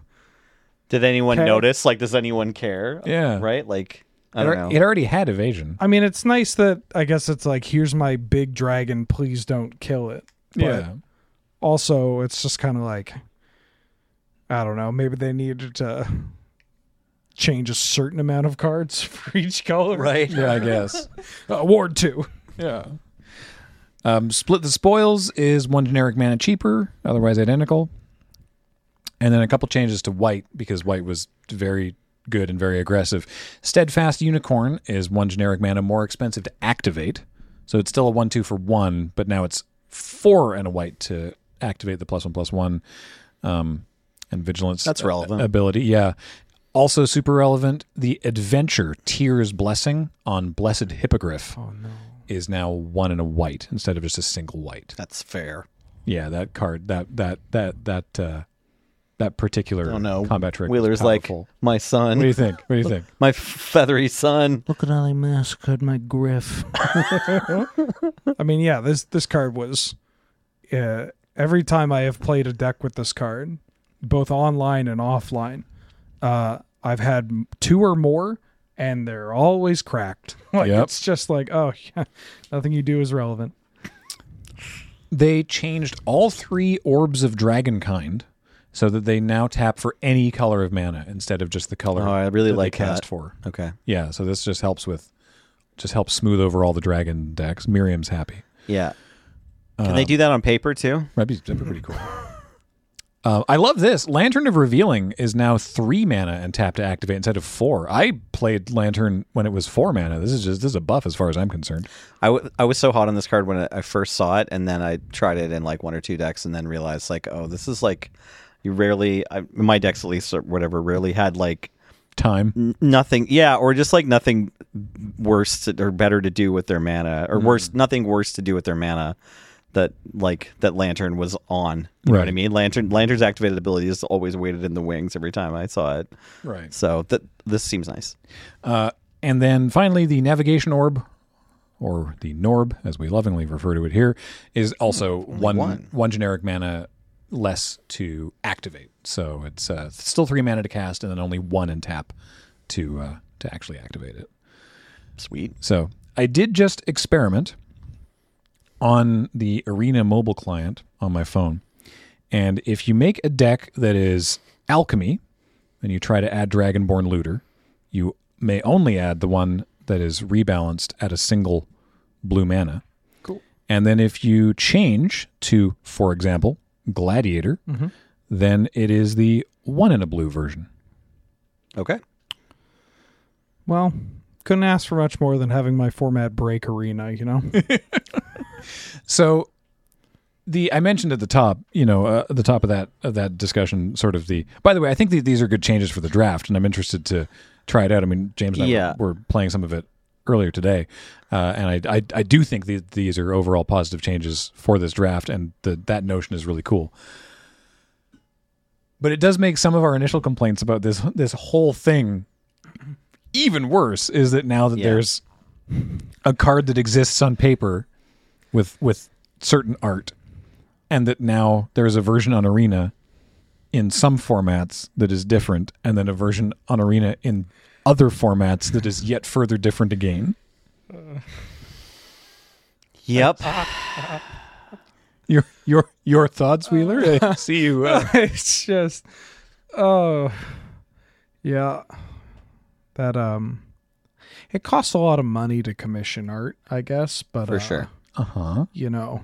Speaker 2: Did anyone
Speaker 3: Okay.
Speaker 2: notice? Like, does anyone care?
Speaker 1: Yeah.
Speaker 2: Right? Like, I
Speaker 1: It,
Speaker 2: don't
Speaker 1: al-
Speaker 2: know.
Speaker 1: it already had evasion.
Speaker 3: I mean, it's nice that I guess it's like, here's my big dragon, please don't kill it. But
Speaker 1: yeah.
Speaker 3: also, it's just kind of like, I don't know, maybe they needed to change a certain amount of cards for each color.
Speaker 1: Yeah, I guess.
Speaker 3: Uh, Ward two.
Speaker 1: yeah. Um, split the spoils is one generic mana cheaper, otherwise identical. And then a couple changes to white because white was very good and very aggressive. Steadfast Unicorn is one generic mana more expensive to activate. So it's still a 1 2 for 1, but now it's 4 and a white to activate the plus 1 plus 1 um, and vigilance.
Speaker 2: That's
Speaker 1: a-
Speaker 2: relevant.
Speaker 1: Ability, yeah. Also super relevant, the Adventure Tears Blessing on Blessed Hippogriff
Speaker 3: Oh no.
Speaker 1: is now one and a white instead of just a single white.
Speaker 2: That's fair.
Speaker 1: Yeah, that card, that that that that uh, that particular
Speaker 2: Oh no.
Speaker 1: combat trick. was
Speaker 2: Wheeler's like
Speaker 1: powerful.
Speaker 2: my son,
Speaker 1: what do you think? What do you think?
Speaker 2: my f- feathery son.
Speaker 3: Look at all I massacred my griff. I mean, yeah, this this card was. Uh, every time I have played a deck with this card, both online and offline, uh, I've had m- two or more, and they're always cracked. Like
Speaker 1: Yep.
Speaker 3: it's just like, oh, yeah, nothing you do is relevant.
Speaker 1: They changed all three orbs of dragonkind so that they now tap for any color of mana instead of just the color.
Speaker 2: Oh, I really
Speaker 1: that they
Speaker 2: like
Speaker 1: cast
Speaker 2: that.
Speaker 1: for.
Speaker 2: Okay.
Speaker 1: Yeah, so this just helps with just helps smooth over all the dragon decks. Miriam's happy.
Speaker 2: Yeah. Can they do that on paper too?
Speaker 1: That'd be, that'd be pretty cool. Uh, I love this. Lantern of Revealing is now three mana and tap to activate instead of four. I played Lantern when it was four mana. This is just this is a buff as far as I'm concerned.
Speaker 2: I, w- I was so hot on this card when I- I first saw it, and then I tried it in like one or two decks, and then realized like, oh, this is like, you rarely I, my decks at least or whatever rarely had like
Speaker 1: Time.
Speaker 2: n- nothing, yeah, or just like nothing worse to, or better to do with their mana, or worse, nothing worse to do with their mana that like that lantern was on. You know what I
Speaker 1: Right.
Speaker 2: mean? Lantern lantern's activated ability is always waited in the wings every time I saw it.
Speaker 1: Right.
Speaker 2: So that this seems nice.
Speaker 1: Uh, and then finally, the Navigation Orb, or the Norb, as we lovingly refer to it here, is also one
Speaker 2: one.
Speaker 1: one generic mana less to activate. So it's uh, still three mana to cast, and then only one and tap to uh, to actually activate it.
Speaker 2: Sweet.
Speaker 1: So I did just experiment on the Arena mobile client on my phone. And if you make a deck that is alchemy and you try to add Dragonborn Looter, you may only add the one that is rebalanced at a single blue mana.
Speaker 3: Cool.
Speaker 1: And then if you change to, for example, Gladiator, then it is the one in a blue version.
Speaker 2: Okay.
Speaker 3: Well, couldn't ask for much more than having my format break arena. You know,
Speaker 1: So the I mentioned at the top, you know, uh, at the top of that of that discussion, sort of the. By the way, I think that these are good changes for the draft, and I'm interested to try it out. I mean, James and I
Speaker 2: Yeah.
Speaker 1: were, were playing some of it earlier today, uh, and I, I I do think that these are overall positive changes for this draft, and the, that notion is really cool. But it does make some of our initial complaints about this this whole thing even worse. Is that now that
Speaker 2: Yeah.
Speaker 1: there's a card that exists on paper with with certain art and that now there is a version on arena in some formats that is different and then a version on arena in other formats that is yet further different again
Speaker 2: Yep.
Speaker 1: your your your thoughts wheeler I see you uh,
Speaker 3: it's just oh yeah that um It costs a lot of money to commission art, I guess, but
Speaker 2: for
Speaker 3: uh,
Speaker 2: sure.
Speaker 1: Uh huh.
Speaker 3: you know.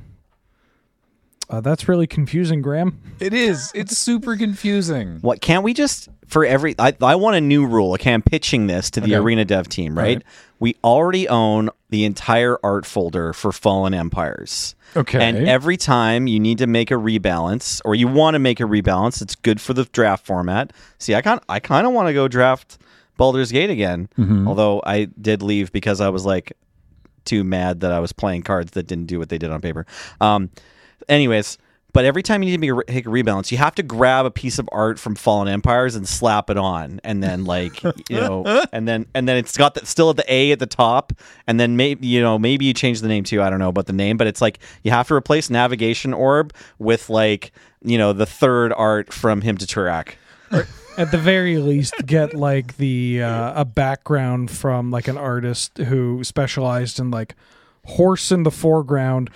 Speaker 3: Uh, that's really confusing, Graham.
Speaker 1: It is. It's super confusing.
Speaker 2: What can't we just for every? I, I want a new rule. Okay, I'm pitching this to the
Speaker 1: Okay.
Speaker 2: arena dev team. Right?
Speaker 1: Right.
Speaker 2: We already own the entire art folder for Fallen Empires.
Speaker 1: Okay.
Speaker 2: And every time you need to make a rebalance, or you want to make a rebalance, it's good for the draft format. See, I kind I kind of want to go draft Baldur's Gate again. Although I did leave because I was like too mad that I was playing cards that didn't do what they did on paper. Um, anyways. But every time you need to make a, re- take a rebalance, you have to grab a piece of art from Fallen Empires and slap it on, and then like you know, and then and then it's got that still at the A at the top, and then maybe you know maybe you change the name too. I don't know about the name, but it's like you have to replace navigation orb with like you know the third art from him to Turak.
Speaker 3: At the very least, get like the uh, a background from like an artist who specialized in like horse in the foreground,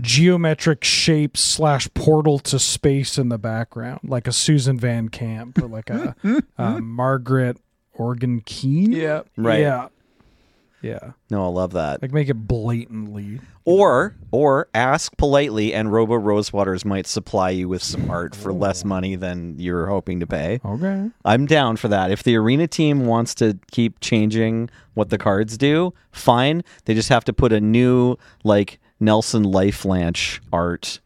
Speaker 3: geometric shapes slash portal to space in the background, like a Susan Van Camp or like a, uh Margaret Organ Keene.
Speaker 1: yeah.
Speaker 2: Right.
Speaker 3: Yeah. Yeah.
Speaker 2: No, I love that.
Speaker 3: Like make it blatantly
Speaker 2: Or or ask politely, and Robo Rosewaters might supply you with some art for less money than you're hoping to pay.
Speaker 3: okay.
Speaker 2: I'm down for that. If the arena team wants to keep changing what the cards do, fine. They just have to put a new like Nelson Lifelanch art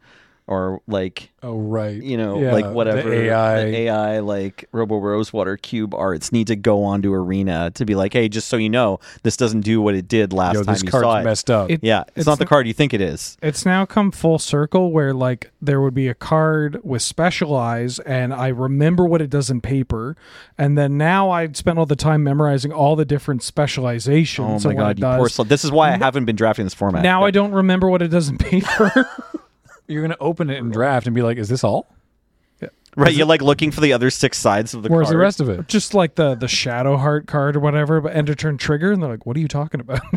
Speaker 2: or like
Speaker 1: Oh right.
Speaker 2: you know
Speaker 1: Yeah,
Speaker 2: like whatever
Speaker 1: the AI.
Speaker 2: the AI like Robo Rosewater cube arts need to go onto arena to be like, hey, just so you know, this doesn't do what it did last
Speaker 1: Yo,
Speaker 2: time
Speaker 1: this
Speaker 2: you saw
Speaker 1: card's
Speaker 2: it.
Speaker 1: messed up.
Speaker 3: It-
Speaker 2: yeah, it's,
Speaker 3: It's
Speaker 2: not the
Speaker 3: not-
Speaker 2: card you think it is.
Speaker 3: It's now come full circle where like there would be a card with specialize and I remember what it does in paper and then now I'd spend all the time memorizing all the different specializations
Speaker 2: Oh
Speaker 3: and
Speaker 2: my
Speaker 3: what
Speaker 2: god,
Speaker 3: it
Speaker 2: you poor
Speaker 3: does.
Speaker 2: slut. This is why I haven't been drafting this format.
Speaker 3: now I don't remember what it does in paper.
Speaker 1: You're gonna open it and draft and be like, "Is this all?
Speaker 2: right, you're like looking for the other six sides of the
Speaker 1: Where's the
Speaker 2: card.
Speaker 1: rest of it?"
Speaker 3: Just like the the shadow heart card or whatever, but end of turn trigger and they're like, What are you talking about?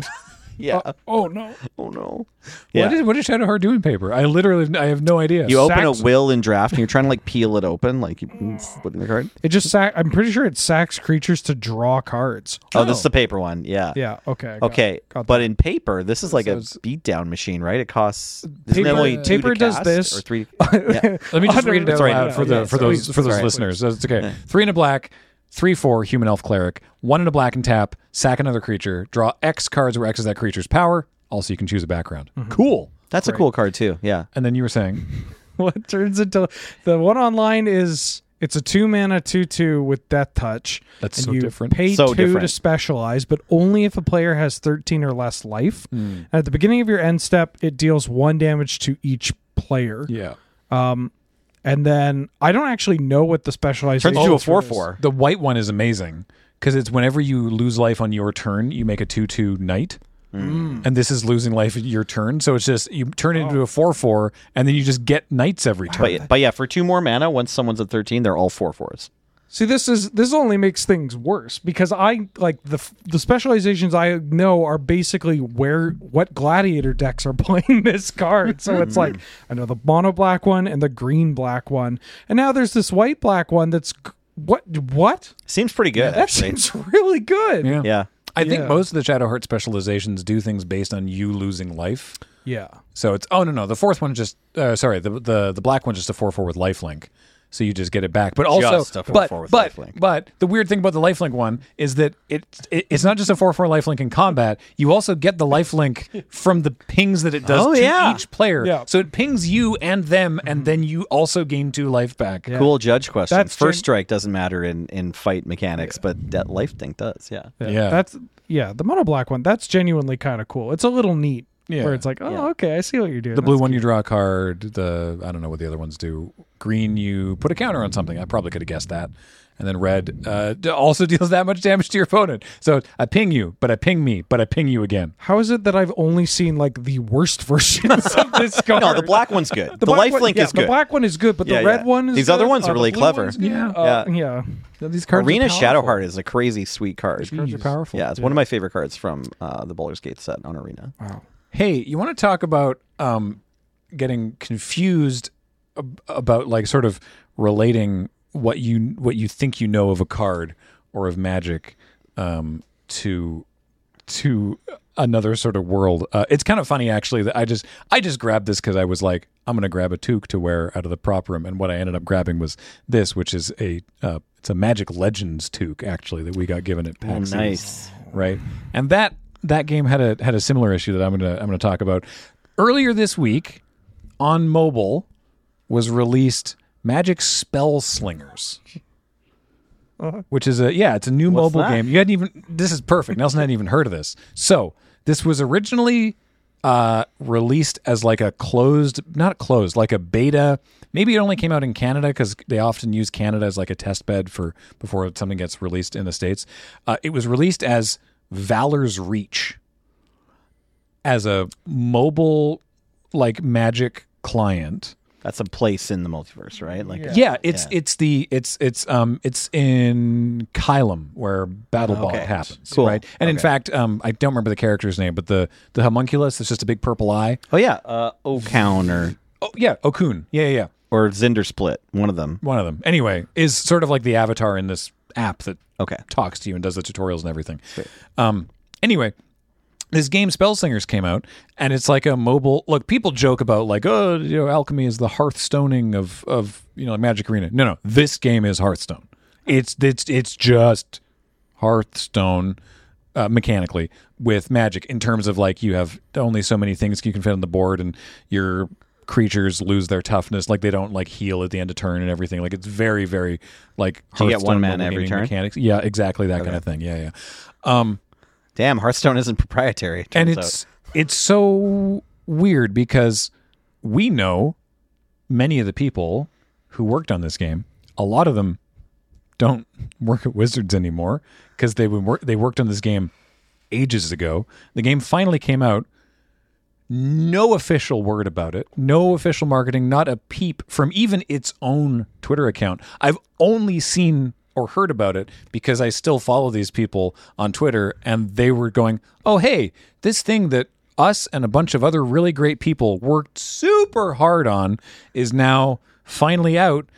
Speaker 2: Yeah.
Speaker 3: oh no.
Speaker 2: oh no.
Speaker 1: What is what is Shadow Heart doing paper? I literally I have no idea.
Speaker 2: You open
Speaker 3: Sacks-
Speaker 2: a will in draft and you're trying to like peel it open, like you splitting the card.
Speaker 3: It just sac- I'm pretty sure it sacks creatures to draw cards.
Speaker 2: Oh, this is the paper one. Yeah.
Speaker 3: Yeah, okay. I got it.
Speaker 2: Okay.
Speaker 3: Got
Speaker 2: but in paper, this is like a
Speaker 1: it's-
Speaker 2: beatdown machine, right? It costs isn't it
Speaker 3: Paper-
Speaker 2: only two to
Speaker 3: paper does
Speaker 2: cast
Speaker 3: this.
Speaker 2: or three. Yeah.
Speaker 1: Let me just read it out
Speaker 2: Sorry,
Speaker 1: loud
Speaker 2: no,
Speaker 1: for the
Speaker 3: yeah,
Speaker 1: for
Speaker 3: sorry.
Speaker 1: those for those
Speaker 2: Sorry.
Speaker 1: listeners. That's okay. Three in a black, three four human elf cleric, one in a black and tap, sack another creature, draw X cards where X is that creature's power. Also, you can choose a background.
Speaker 2: Mm-hmm.
Speaker 1: Cool.
Speaker 2: That's a cool card too. Yeah.
Speaker 1: And then you were saying,
Speaker 3: what turns into the one online is it's a two mana two two with death touch.
Speaker 1: That's
Speaker 3: and
Speaker 1: so
Speaker 3: you
Speaker 1: different.
Speaker 3: Pay
Speaker 2: So
Speaker 3: two to
Speaker 2: different.
Speaker 3: specialize, but only if a player has thirteen or less life.
Speaker 1: Hmm.
Speaker 3: And At the beginning of your end step, it deals one damage to each player,
Speaker 1: yeah,
Speaker 3: and then I don't actually know what the specialization
Speaker 2: Turns into a
Speaker 3: is
Speaker 2: four
Speaker 3: for this.
Speaker 2: four.
Speaker 1: the white one is amazing because it's whenever you lose life on your turn, you make a two two knight. And this is losing life at your turn, so it's just you turn it into a four four, and then you just get knights every turn.
Speaker 2: But but yeah, for two more mana, once someone's at thirteen, they're all four fours.
Speaker 3: See, this is this only makes things worse because I like the f- the specializations I know are basically where what gladiator decks are playing this card. So it's like I know the mono black one and the green black one, and now there's this white black one that's g- what what
Speaker 2: Seems pretty good.
Speaker 3: that
Speaker 2: actually.
Speaker 3: seems really good.
Speaker 1: yeah.
Speaker 2: Yeah.
Speaker 1: I think
Speaker 3: Yeah.
Speaker 1: most of the Shadow Heart specializations do things based on you losing life.
Speaker 3: Yeah.
Speaker 1: So it's oh no no the fourth one just uh, sorry the the the black one's just a four four with lifelink, so you just get it back. But also
Speaker 2: Just a 4/4
Speaker 1: but
Speaker 2: with
Speaker 1: but
Speaker 2: lifelink.
Speaker 1: but the weird thing about the lifelink one is that it, it it's not just a four four lifelink in combat. You also get the lifelink from the pings that it does
Speaker 2: Oh,
Speaker 1: to
Speaker 2: yeah. Mm-hmm.
Speaker 1: each player.
Speaker 3: Yeah.
Speaker 1: So it pings you and them, and then you also gain two life back.
Speaker 2: Cool judge question.
Speaker 3: That's
Speaker 2: First
Speaker 3: gen-
Speaker 2: strike doesn't matter in, in fight mechanics, but that life thing does. Yeah.
Speaker 1: Yeah.
Speaker 3: That's yeah, the mono black one. That's genuinely kind of cool. It's a little neat.
Speaker 1: Yeah.
Speaker 3: Where it's like, oh,
Speaker 2: Yeah.
Speaker 3: okay, I see what you're doing.
Speaker 1: The blue one, you draw a card. The I don't know what the other ones do. Green, you put a counter on something. I probably could have guessed that. And then red uh, d- also deals that much damage to your opponent. So I ping you, but I ping me, but I ping you again.
Speaker 3: How is it that I've only seen like the worst versions of this card?
Speaker 2: No, the black one's good. The,
Speaker 3: black
Speaker 2: life
Speaker 3: one-
Speaker 2: link
Speaker 3: yeah,
Speaker 2: is good.
Speaker 3: The black one is good, but the
Speaker 2: Yeah,
Speaker 3: red
Speaker 2: yeah.
Speaker 3: one is
Speaker 2: These other
Speaker 3: good.
Speaker 2: ones are
Speaker 3: the
Speaker 2: really
Speaker 3: blue
Speaker 2: clever.
Speaker 3: one's good.
Speaker 1: Yeah.
Speaker 3: Uh, yeah.
Speaker 1: These cards
Speaker 2: Arena
Speaker 1: are powerful.
Speaker 2: Shadowheart is a crazy sweet card.
Speaker 1: Cards are powerful.
Speaker 2: Yeah, it's one of my favorite cards from uh, the Baldur's Gate set on Arena.
Speaker 1: Hey, you want to talk about um, getting confused ab- about like sort of relating what you what you think you know of a card or of magic um, to to another sort of world. Uh, it's kind of funny actually that I just I just grabbed this because I was like I'm gonna grab a toque to wear out of the prop room, and what I ended up grabbing was this, which is a uh, it's a Magic Legends toque actually that we got given at
Speaker 2: Oh,
Speaker 1: PAX. East
Speaker 2: nice.
Speaker 1: right? And that that game had a had a similar issue that I'm gonna I'm gonna talk about earlier this week on mobile was released Magic Spell Slingers, which is a yeah, it's a new mobile
Speaker 2: that?
Speaker 1: game. You hadn't even this is perfect. Nelson hadn't even heard of this. So this was originally uh, released as like a closed, not closed, like a beta. Maybe it only came out in Canada because they often use Canada as like a test bed for before something gets released in the states. Uh, it was released as Valor's Reach as a mobile like magic client.
Speaker 2: That's a place in the multiverse, right? Like a-
Speaker 1: Yeah, it's it's the it's it's um it's in Kylum where Battle Ball
Speaker 2: Okay.
Speaker 1: happens,
Speaker 2: Cool.
Speaker 1: right? And in fact, um, I don't remember the character's name, but the the homunculus that's just a big purple eye.
Speaker 2: Oh yeah, uh, O'Cown or
Speaker 1: Oh yeah, Okun. Yeah, yeah, yeah.
Speaker 2: or Zinder Split, one of them.
Speaker 1: One of them. Anyway, is sort of like the avatar in this app that
Speaker 2: Okay.
Speaker 1: talks to you and does the tutorials and everything. Um, anyway, this game Spellslingers came out, and it's like a mobile. Look, people joke about like, oh, you know, alchemy is the Hearthstoning of of you know Magic Arena. No, no, this game is Hearthstone. It's it's it's just Hearthstone uh, mechanically with Magic in terms of like you have only so many things you can fit on the board, and your creatures lose their toughness like they don't like heal at the end of turn and everything like it's very very like
Speaker 2: Do you get
Speaker 1: Hearthstone
Speaker 2: one mana
Speaker 1: mobile
Speaker 2: every
Speaker 1: gaming
Speaker 2: turn?
Speaker 1: mechanics yeah exactly that kind of thing yeah yeah
Speaker 2: Damn, Hearthstone isn't proprietary. it
Speaker 1: and
Speaker 2: turns
Speaker 1: it's it's so weird because we know many of the people who worked on this game. A lot of them don't work at Wizards anymore because they were they worked on this game ages ago. The game finally came out. No official word about it. No official marketing. Not a peep from even its own Twitter account. I've only seen or heard about it because I still follow these people on Twitter, and they were going, "Oh, hey, this thing that." Us and a bunch of other really great people worked super hard on is now finally out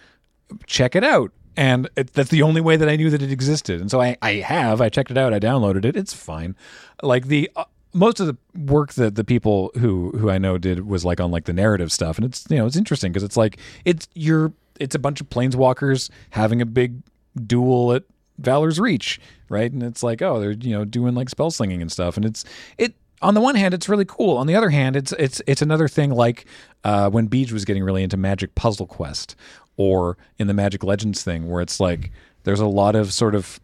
Speaker 1: check it out. And it, that's the only way that I knew that it existed. And so I, I have, I checked it out, I downloaded it. It's fine. Like the, uh, most of the work that the people who, who I know did was like on like the narrative stuff. And it's, you know, it's interesting because it's like, it's, you're, it's a bunch of planeswalkers having a big duel at Valor's Reach, right? And it's like, oh, they're you know doing like spell slinging and stuff, and it's it. On the one hand, it's really cool. On the other hand, it's it's it's another thing like uh, when Beej was getting really into Magic Puzzle Quest, or in the Magic Legends thing, where it's like there's a lot of sort of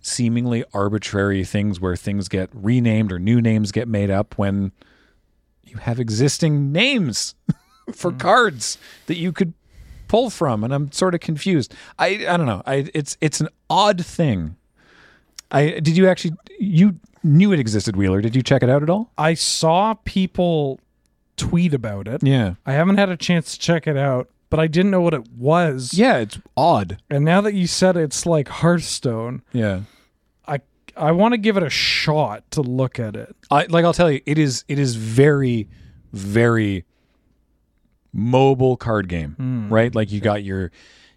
Speaker 1: seemingly arbitrary things where things get renamed or new names get made up when you have existing names for cards that you could pull from and I'm sort of confused. I I don't know. I it's it's an odd thing. I did you actually you knew it existed Wheeler. Did you check it out at all?
Speaker 3: I saw people tweet about it.
Speaker 1: Yeah.
Speaker 3: I haven't had a chance to check it out, but I didn't know what it was.
Speaker 1: Yeah, it's odd.
Speaker 3: And now that you said it's like Hearthstone,
Speaker 1: Yeah.
Speaker 3: I I want to give it a shot to look at it.
Speaker 1: I like I'll tell you it is it is very very mobile card game,
Speaker 2: Hmm,
Speaker 1: right? Like you got your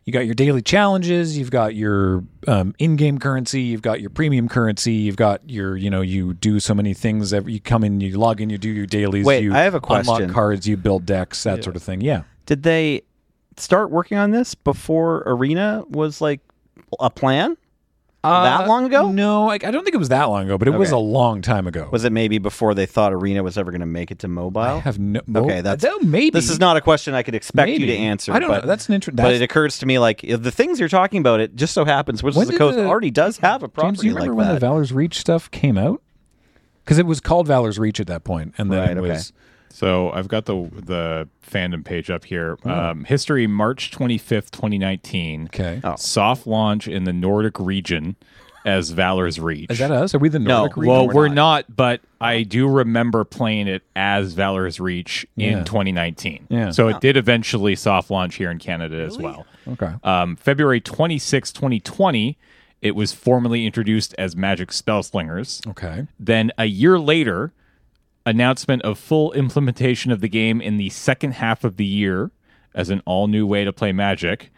Speaker 1: you got your daily challenges, you've got your um, in-game currency, you've got your premium currency, you've got your you know you do so many things. Every, you come in, you log in, you do your dailies.
Speaker 2: Wait,
Speaker 1: you
Speaker 2: I have a question.
Speaker 1: Unlock cards, you build decks, that sort of thing. Yeah,
Speaker 2: out. Did they start working on this before Arena was like a plan? that long ago?
Speaker 1: Uh, No, I, I don't think it was that long ago, but it was a
Speaker 2: Okay.
Speaker 1: long time ago.
Speaker 2: Was it maybe before they thought Arena was ever going to make it to
Speaker 1: I
Speaker 2: mobile?
Speaker 1: have no.
Speaker 2: Okay, that's-
Speaker 1: though maybe
Speaker 2: This is not a question I could expect you to
Speaker 1: Maybe.
Speaker 2: answer.
Speaker 1: I don't
Speaker 2: but,
Speaker 1: know. That's an inter-
Speaker 2: but
Speaker 1: that's-
Speaker 2: it occurs to me like if the things you're talking about. It just so happens
Speaker 1: When
Speaker 2: Wizards of the
Speaker 1: did
Speaker 2: Coast
Speaker 1: the-
Speaker 2: already does have a property
Speaker 1: James, do you remember
Speaker 2: like
Speaker 1: when
Speaker 2: that.
Speaker 1: the Valor's Reach stuff came out? Because it was called Valor's Reach at that point, and then
Speaker 2: Right,
Speaker 1: it
Speaker 2: okay.
Speaker 1: was
Speaker 4: So I've got the the fandom page up here.
Speaker 1: Hmm.
Speaker 4: Um, history March 25th, 2019.
Speaker 1: okay.
Speaker 4: Soft launch in the Nordic region as Valor's Reach.
Speaker 1: Is that us? Are we the
Speaker 2: No,
Speaker 1: Nordic region?
Speaker 4: well,
Speaker 2: we're
Speaker 4: we're, not. but I do remember playing it as Valor's Reach
Speaker 1: Yeah.
Speaker 4: in 2019.
Speaker 1: Yeah.
Speaker 4: So it did eventually soft launch here in Canada as well.
Speaker 1: okay.
Speaker 4: Um, February 26, 2020, it was formally introduced as Magic Spellslingers.
Speaker 1: Okay.
Speaker 4: Then a year later, announcement of full implementation of the game in the second half of the year as an all new way to play Magic.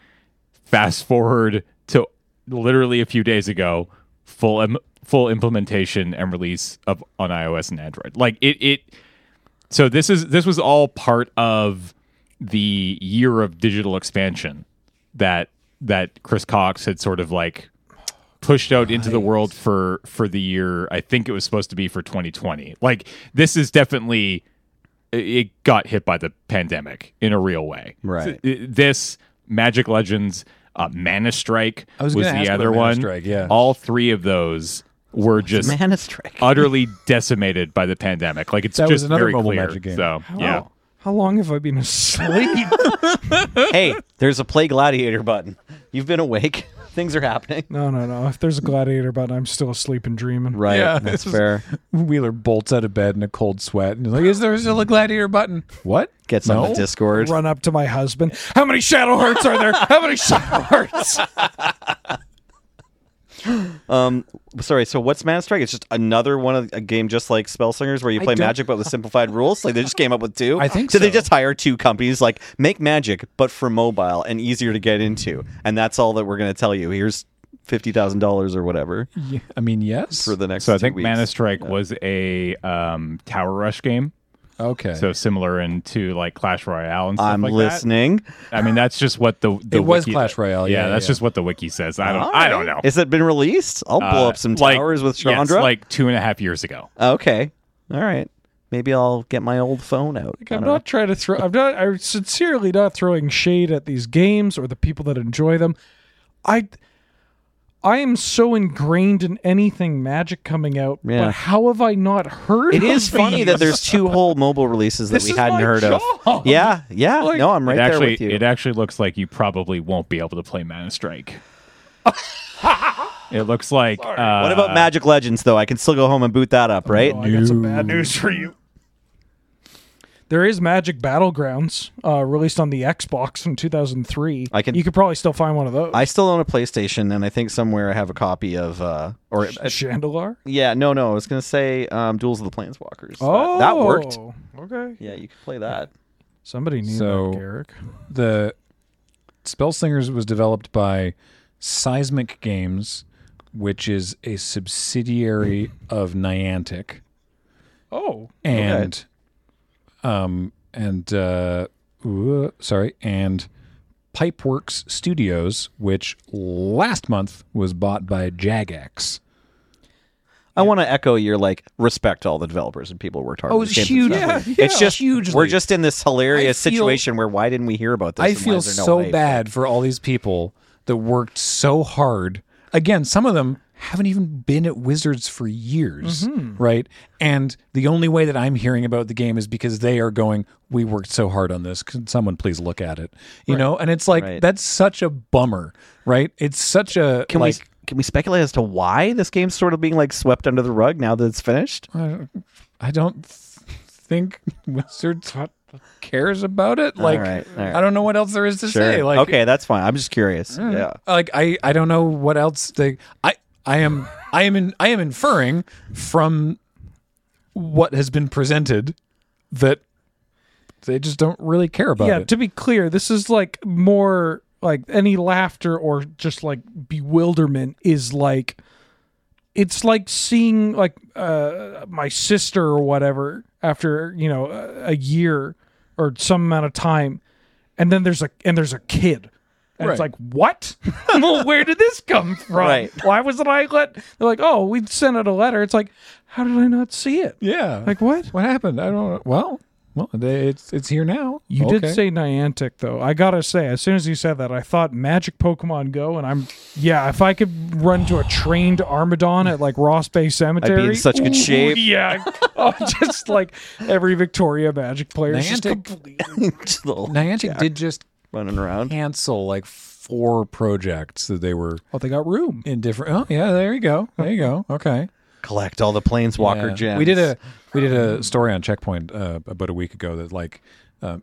Speaker 4: Fast forward to literally a few days ago, full im- full implementation and release of on iOS and Android. Like it it so this is this was all part of the year of digital expansion that that Chris Cox had sort of like pushed out into the world for for the year. I think it was supposed to be for 2020. Like this is definitely it- it got hit by the pandemic in a real way.
Speaker 2: Right.
Speaker 4: So, uh, this Magic Legends uh, Mana Strike
Speaker 1: I was
Speaker 4: was
Speaker 1: gonna ask
Speaker 4: the other
Speaker 1: about Mana
Speaker 4: one.
Speaker 1: Strike, yeah.
Speaker 4: All three of those were just
Speaker 2: Man, it's trick.
Speaker 1: Uh,
Speaker 4: utterly decimated by the pandemic. Like it's
Speaker 1: That
Speaker 4: just
Speaker 1: was another
Speaker 4: very
Speaker 1: mobile
Speaker 4: clear.
Speaker 1: Magic game.
Speaker 4: So yeah.
Speaker 3: Wow. Oh, How long have I been asleep?
Speaker 2: hey, there's a play gladiator button. You've been awake. Things are happening.
Speaker 3: no, no, no. If there's a gladiator button, I'm still asleep and dreaming.
Speaker 2: Right.
Speaker 1: Yeah,
Speaker 2: that's
Speaker 1: this is-
Speaker 2: fair.
Speaker 1: Wheeler bolts out of bed in a cold sweat and is like, "Is there still a gladiator button?" What?
Speaker 2: Gets on
Speaker 1: No.
Speaker 2: the Discord.
Speaker 3: Run up to my husband. How many shadow hearts are there? How many shadow hearts?
Speaker 2: Um, sorry. So what's Mana Strike? It's just another one of a game just like Spellslingers where you play
Speaker 1: don't-
Speaker 2: Magic but with simplified rules. Like they just came up with two.
Speaker 1: I think
Speaker 2: Did they
Speaker 1: so.
Speaker 2: just hire two companies like make Magic but for mobile and easier to get into? And that's all that we're gonna tell you. Here's fifty thousand dollars or whatever
Speaker 1: Yeah, I mean, yes.
Speaker 2: for the next.
Speaker 4: So I
Speaker 2: two
Speaker 4: think
Speaker 2: weeks.
Speaker 4: Mana Strike was a um, Tower Rush game.
Speaker 1: okay.
Speaker 4: So similar into like Clash Royale and stuff
Speaker 2: I'm
Speaker 4: like that.
Speaker 2: listening.
Speaker 4: I mean, that's just what the, the
Speaker 1: It was
Speaker 4: wiki-
Speaker 1: Clash Royale, yeah,
Speaker 4: that's
Speaker 1: yeah.
Speaker 4: just what the wiki says. I don't. I don't know.
Speaker 2: Is it been released? I'll blow
Speaker 4: Uh,
Speaker 2: up some
Speaker 4: like-
Speaker 2: towers with
Speaker 4: yes,
Speaker 2: Chandra.
Speaker 4: like two and a half years ago.
Speaker 2: okay, all right. Maybe I'll get my old phone out. I
Speaker 3: I'm
Speaker 2: don't know.
Speaker 3: not trying to throw. I'm not. I'm sincerely not throwing shade at these games or the people that enjoy them. I, I am so ingrained in anything Magic coming out.
Speaker 2: Yeah.
Speaker 3: But how have I not heard?
Speaker 2: It
Speaker 3: of
Speaker 2: is funny
Speaker 3: these?
Speaker 2: that there's two whole mobile releases that
Speaker 3: This
Speaker 2: we
Speaker 3: is
Speaker 2: hadn't
Speaker 3: my
Speaker 2: heard
Speaker 3: job.
Speaker 2: of. Yeah, yeah.
Speaker 3: Like-
Speaker 2: no, I'm right
Speaker 4: it
Speaker 2: there
Speaker 4: actually,
Speaker 2: with you.
Speaker 4: it actually looks like you probably won't be able to play Mana Strike. it looks like. Uh,
Speaker 2: what about Magic Legends though? I can still go home and boot that up, right?
Speaker 3: Oh, I got some bad news for you. There is Magic Battlegrounds, uh, released on the Xbox in 2003.
Speaker 2: I can-
Speaker 3: You could probably still find one of those.
Speaker 2: I still own a PlayStation, and I think somewhere I have a copy of. uh Or
Speaker 3: Chandelar.
Speaker 2: yeah, no, no. I was gonna say um, Duels of the Planeswalkers. that, that worked.
Speaker 3: Oh, Okay.
Speaker 2: Yeah, you could play that.
Speaker 3: Somebody knew
Speaker 1: So-
Speaker 3: that, Garrick.
Speaker 1: the Spellslingers was developed by Seismic Games, which is a subsidiary of Niantic,
Speaker 3: Oh,
Speaker 1: and um and uh, ooh, sorry, and Pipeworks Studios, which last month was bought by Jagex.
Speaker 2: I want to echo your like respect to all the developers and people who worked hard. on
Speaker 1: it's
Speaker 2: this game.
Speaker 1: huge.
Speaker 2: It's, not-
Speaker 1: Yeah,
Speaker 2: it's
Speaker 1: yeah.
Speaker 2: just
Speaker 1: Hugely.
Speaker 2: We're just in this hilarious
Speaker 1: I feel-
Speaker 2: situation where why didn't we hear about this?
Speaker 1: I
Speaker 2: and why
Speaker 1: feel
Speaker 2: is there no
Speaker 1: so
Speaker 2: hype?
Speaker 1: bad for all these people that worked so hard. Again, some of them haven't even been at Wizards for years,
Speaker 2: Mm-hmm.
Speaker 1: right? And the only way that I'm hearing about the game is because they are going, "We worked so hard on this. Can someone please look at it?" You know, and it's like
Speaker 2: Right.
Speaker 1: that's such a bummer, right? It's such a
Speaker 2: Can
Speaker 1: like
Speaker 2: we can we speculate as to why this game's sort of being like swept under the rug now that it's finished?
Speaker 1: I don't th- think Wizards cares about it. Like
Speaker 2: right, all right.
Speaker 1: I don't know what else there is to say. Like
Speaker 2: okay, that's fine. I'm just curious. Yeah.
Speaker 1: like I I don't know what else they I I am I am in I am inferring from what has been presented that they just don't really care about
Speaker 3: yeah.
Speaker 1: it.
Speaker 3: To be clear, this is like more like any laughter or just like bewilderment is like it's like seeing like uh, my sister or whatever after you know a, a year or some amount of time, and then there's a and there's a kid. And it's
Speaker 1: Right.
Speaker 3: like, what? well, where did this come from?
Speaker 2: Right.
Speaker 3: Why wasn't I let? They're like, oh, we sent out a letter. It's like, how did I not see it?
Speaker 1: yeah.
Speaker 3: Like, what?
Speaker 1: what happened? I don't know. Well, well, they, it's it's here now.
Speaker 3: You
Speaker 1: Okay.
Speaker 3: did say Niantic though. I gotta say, as soon as you said that, I thought Magic Pokemon Go, and I'm yeah. If I could run to a trained Armadon at like Ross Bay
Speaker 2: I'd
Speaker 3: Cemetery,
Speaker 2: be in such good shape.
Speaker 3: yeah, oh, just like every Victoria Magic player. is just
Speaker 1: Niantic-
Speaker 3: complete-
Speaker 2: Just a little
Speaker 1: Niantic did just
Speaker 2: running around.
Speaker 1: cancel like four projects that they were
Speaker 3: oh, they got room.
Speaker 1: in different Oh, yeah, there you go. There you go. Okay.
Speaker 2: Collect all the planeswalker
Speaker 1: Yeah.
Speaker 2: gems.
Speaker 1: We did a we did a story on Checkpoint uh, about a week ago that like uh,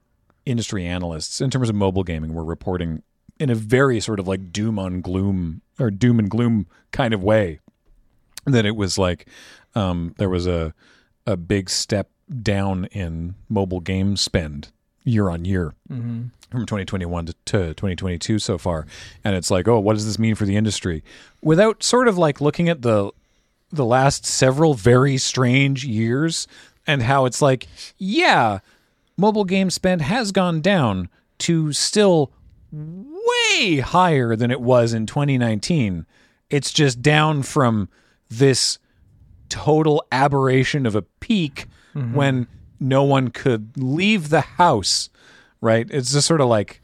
Speaker 1: industry analysts in terms of mobile gaming were reporting in a very sort of like doom on gloom or doom and gloom kind of way that it was like um, there was a a big step down in mobile game spend year on year from 2021 to, to 2022 so far and it's like oh what does this mean for the industry without sort of like looking at the the last several very strange years and how it's like, yeah, mobile game spend has gone down to still way higher than it was in 2019. It's just down from this total aberration of a peak when no one could leave the house, right? It's just sort of like,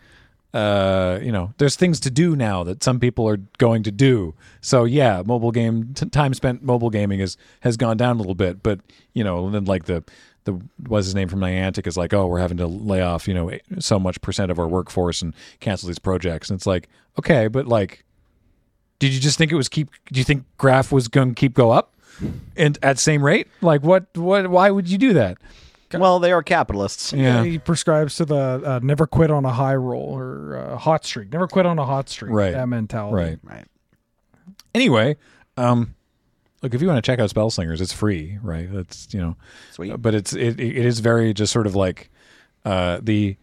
Speaker 1: uh, you know, there's things to do now that some people are going to do. So yeah, mobile game t- time spent mobile gaming is has gone down a little bit, but you know, then like the the what's his name from Niantic is like, oh, we're having to lay off you know so much percent of our workforce and cancel these projects, and it's like, okay, but like, did you just think it was keep? Do you think graph was going to keep go up? And at same rate, like what? What? Why would you do that?
Speaker 2: Well, they are capitalists.
Speaker 1: Yeah,
Speaker 3: He prescribes to the uh, never quit on a high roll or uh, hot streak. Never quit on a hot streak.
Speaker 1: Right.
Speaker 3: That mentality.
Speaker 1: right.
Speaker 2: Right.
Speaker 1: anyway, um, look, if you want to check out Spell Slingers, it's free, right? That's you know,
Speaker 2: Sweet.
Speaker 1: but it's it it is very just sort of like uh, the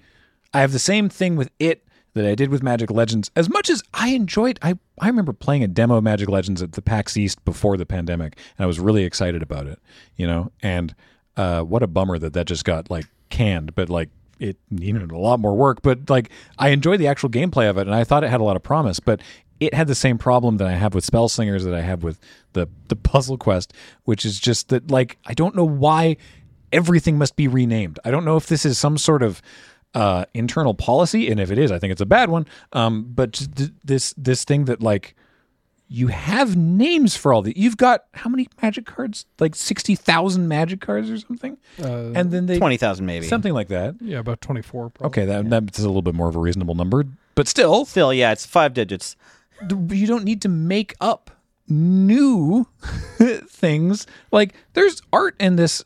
Speaker 1: I have the same thing with it that I did with Magic Legends. As much as I enjoyed, I I remember playing a demo of Magic Legends at the PAX East before the pandemic, and I was really excited about it, you know. And uh, what a bummer that that just got like canned, but like it needed a lot more work. But like I enjoyed the actual gameplay of it, and I thought it had a lot of promise, but it had the same problem that I have with Spell Slingers that I have with the the Puzzle Quest, which is just that like I don't know why everything must be renamed. I don't know if this is some sort of uh, internal policy, and if it is, I think it's a bad one. Um, but just th- this this thing that like you have names for all the you've got how many magic cards? Like sixty thousand magic cards or something, and then they
Speaker 2: Twenty thousand, maybe.
Speaker 1: something like that.
Speaker 3: Yeah, about 24. Probably.
Speaker 1: Okay, that that's a little bit more of a reasonable number, but still,
Speaker 2: Still, yeah, it's five digits.
Speaker 1: you don't need to make up new things like there's art in this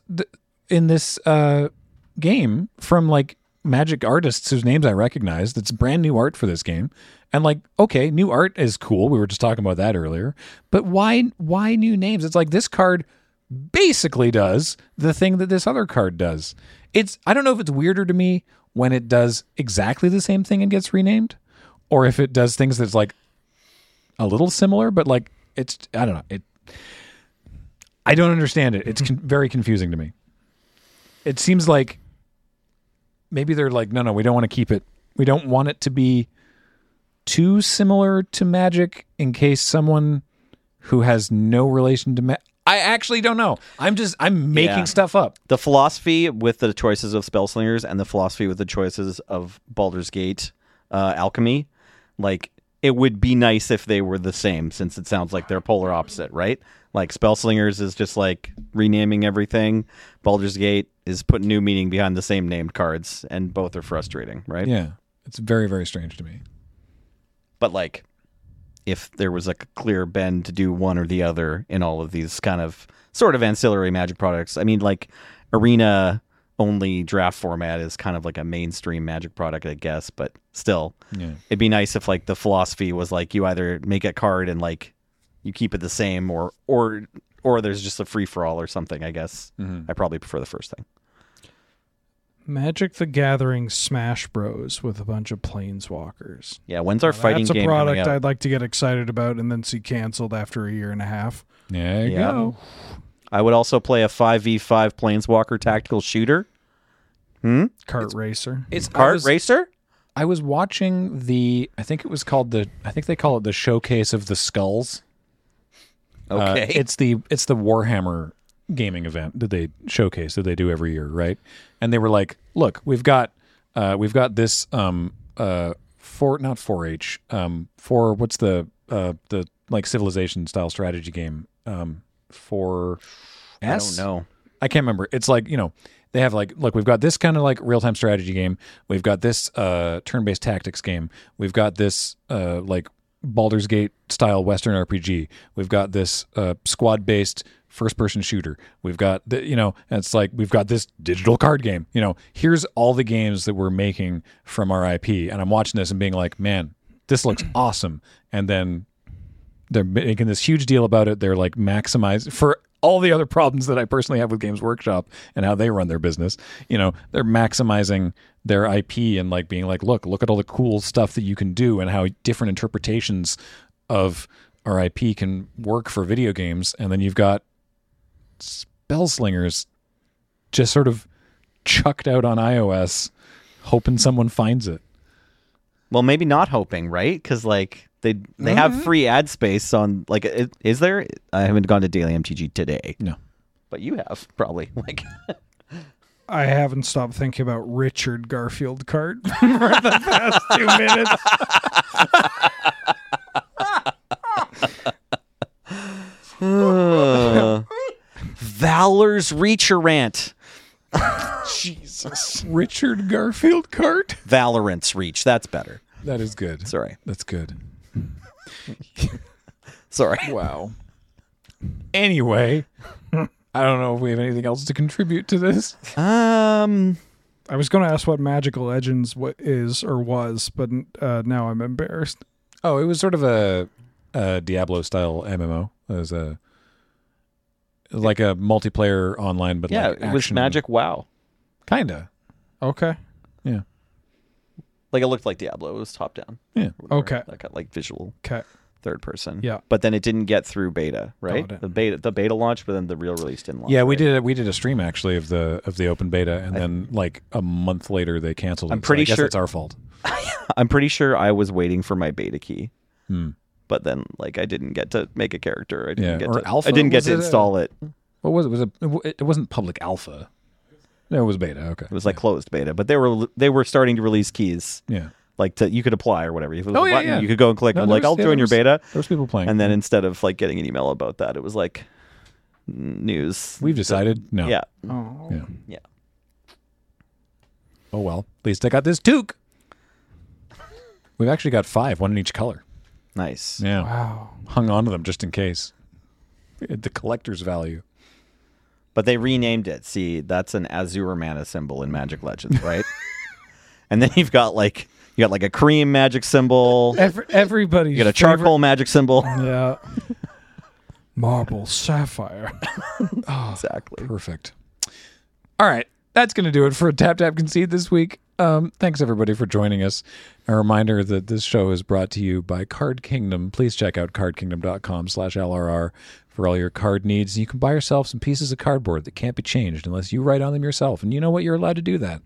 Speaker 1: in this uh game from like magic artists whose names i recognize that's brand new art for this game and like okay new art is cool we were just talking about that earlier but why why new names it's like this card basically does the thing that this other card does it's i don't know if it's weirder to me when it does exactly the same thing and gets renamed or if it does things that's like a little similar, but like it's I don't know it. I don't understand it. It's con- very confusing to me. It seems like maybe they're like, no, no, we don't want to keep it. We don't want it to be too similar to Magic in case someone who has no relation to Magic. I actually don't know. I'm just I'm making
Speaker 2: Yeah.
Speaker 1: stuff up.
Speaker 2: The philosophy with the choices of Spellslingers and the philosophy with the choices of Baldur's Gate uh, Alchemy, like it would be nice if they were the same, since it sounds like they're polar opposite, right? Like Spellslingers is just like renaming everything. Baldur's Gate is putting new meaning behind the same named cards, and both are frustrating, right?
Speaker 1: Yeah, it's very very strange to me.
Speaker 2: but like if there was like a clear bend to do one or the other in all of these kind of sort of ancillary magic products i mean like arena only draft format is kind of like a mainstream magic product i guess but still
Speaker 1: Yeah.
Speaker 2: it'd be nice if like the philosophy was like you either make a card and like you keep it the same or or or there's just a free for all or something i guess
Speaker 3: Mm-hmm.
Speaker 2: i probably prefer the first thing
Speaker 3: Magic the Gathering Smash Bros with a bunch of planeswalkers.
Speaker 2: yeah when's our fighting
Speaker 3: That's a
Speaker 2: game coming
Speaker 3: product
Speaker 2: out?
Speaker 3: I'd like to get excited about and then see canceled after a year and a half.
Speaker 1: There you
Speaker 2: Yeah.
Speaker 1: go.
Speaker 2: i would also play a 5v5 planeswalker tactical shooter
Speaker 3: Kart Racer.
Speaker 1: It's I
Speaker 2: cart
Speaker 1: was-
Speaker 2: racer
Speaker 1: I was watching the I think it was called the I think they call it the showcase of the skulls. Uh,
Speaker 2: okay
Speaker 1: it's the it's the Warhammer gaming event that they showcase that they do every year, right? And they were like, "Look, we've got uh we've got this um uh for not 4H um for what's the uh the like civilization style strategy game um for
Speaker 2: I don't know.
Speaker 1: I can't remember. It's like, you know, they have like, look, we've got this kind of like real time strategy game. We've got this uh, turn based tactics game. We've got this uh, like Baldur's Gate style Western RPG. We've got this uh, squad based first person shooter. We've got, the, you know, and it's like, we've got this digital card game. You know, here's all the games that we're making from our IP. And I'm watching this and being like, man, this looks awesome. And then they're making this huge deal about it. They're like maximize for all the other problems that I personally have with Games Workshop and how they run their business. You know, they're maximizing their IP and like being like, look, look at all the cool stuff that you can do and how different interpretations of our IP can work for video games. And then you've got Spellslingers just sort of chucked out on iOS, hoping someone finds it.
Speaker 2: Well, maybe not hoping, right? Because like they they have free ad space on like i- is there? I haven't gone to Daily MTG today,
Speaker 1: No.
Speaker 2: but you have probably like
Speaker 3: I haven't stopped thinking about Richard Garfield card for the past two minutes.
Speaker 1: Uh.
Speaker 2: Valor's Reacherant,
Speaker 1: Jesus. Richard Garfield cart.
Speaker 2: Valorant's Reach. That's better.
Speaker 1: That is good.
Speaker 2: Sorry,
Speaker 1: That's good.
Speaker 2: sorry.
Speaker 1: Wow. Anyway, I don't know if we have anything else to contribute to this.
Speaker 2: Um,
Speaker 3: I was going to ask what Magical Legends wa- is or was, but uh, now I'm embarrassed.
Speaker 1: Oh, it was sort of a, a Diablo style MMO. It was a like a multiplayer online, but
Speaker 2: yeah,
Speaker 1: like
Speaker 2: it was
Speaker 1: action.
Speaker 2: Magic WoW.
Speaker 1: Kinda.
Speaker 3: Okay.
Speaker 2: Like it looked like Diablo. It was top down.
Speaker 1: Yeah.
Speaker 3: Okay.
Speaker 2: Like got like visual
Speaker 3: Okay.
Speaker 2: third person.
Speaker 3: Yeah.
Speaker 2: But then it didn't get through beta, right?
Speaker 3: Got it.
Speaker 2: The beta the beta launched, but then the real release didn't launch.
Speaker 1: Yeah, we
Speaker 2: right?
Speaker 1: did a, we did a stream actually of the of the open beta, and then like a month later they canceled.
Speaker 2: I'm
Speaker 1: it, so
Speaker 2: pretty
Speaker 1: I guess
Speaker 2: sure-
Speaker 1: it's our fault.
Speaker 2: I'm pretty sure I was waiting for my beta key.
Speaker 1: Hmm.
Speaker 2: But then like I didn't get to make a character. I didn't
Speaker 1: Yeah,
Speaker 2: get
Speaker 1: or
Speaker 2: to,
Speaker 1: alpha,
Speaker 2: I didn't get
Speaker 1: was it
Speaker 2: to
Speaker 1: a-
Speaker 2: install it.
Speaker 1: What was it? Was it? It wasn't public alpha. No, it was beta. Okay.
Speaker 2: It was like closed beta, but they were they were starting to release keys.
Speaker 1: yeah.
Speaker 2: Like to you could apply or whatever. If it was
Speaker 1: Oh,
Speaker 2: a
Speaker 1: yeah,
Speaker 2: button,
Speaker 1: yeah.
Speaker 2: you could go and click
Speaker 1: No,
Speaker 2: on,
Speaker 1: there
Speaker 2: like
Speaker 1: was-
Speaker 2: I'll
Speaker 1: yeah,
Speaker 2: join
Speaker 1: there
Speaker 2: your
Speaker 1: was-
Speaker 2: beta.
Speaker 1: There was people playing,
Speaker 2: And then instead of like getting an email about that, it was like n- news.
Speaker 1: we've decided no.
Speaker 2: yeah.
Speaker 3: Oh.
Speaker 1: Yeah.
Speaker 2: Yeah.
Speaker 1: Oh well. At least I got this toque. We've actually got five, one in each color.
Speaker 2: Nice.
Speaker 1: Yeah.
Speaker 3: Wow.
Speaker 1: Hung on to them just in case. The collector's value.
Speaker 2: But they renamed it. See, that's an Azure mana symbol in Magic Legends, right? and then you've got like you got like a cream magic symbol.
Speaker 3: Every, everybody's
Speaker 2: You got a Oh.
Speaker 3: favorite-
Speaker 2: charcoal magic symbol.
Speaker 3: Yeah. Marble sapphire.
Speaker 2: exactly.
Speaker 1: Perfect. All right. That's going to do it for Tap Tap Concede this week. Um, thanks, everybody, for joining us. A reminder that this show is brought to you by Card Kingdom. Please check out cardkingdom.com slash LRR for all your card needs. You can buy yourself some pieces of cardboard that can't be changed unless you write on them yourself. And you know what? You're allowed to do that.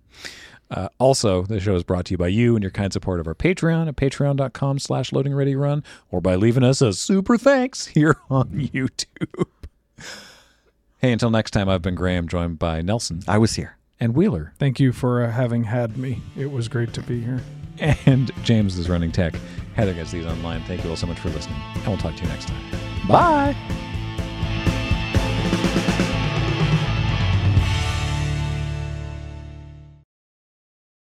Speaker 1: Uh, also, the show is brought to you by you and your kind support of our Patreon at patreon.com slash loading ready run or by leaving us a super thanks here on YouTube. Hey, until next time, I've been Graham, joined by Nelson
Speaker 2: I was here.
Speaker 1: and Wheeler.
Speaker 3: Thank you for uh, having had me. It was great to be here.
Speaker 1: And James is running tech. Heather gets these online. Thank you all so much for listening, and we'll talk to you next time.
Speaker 2: Bye.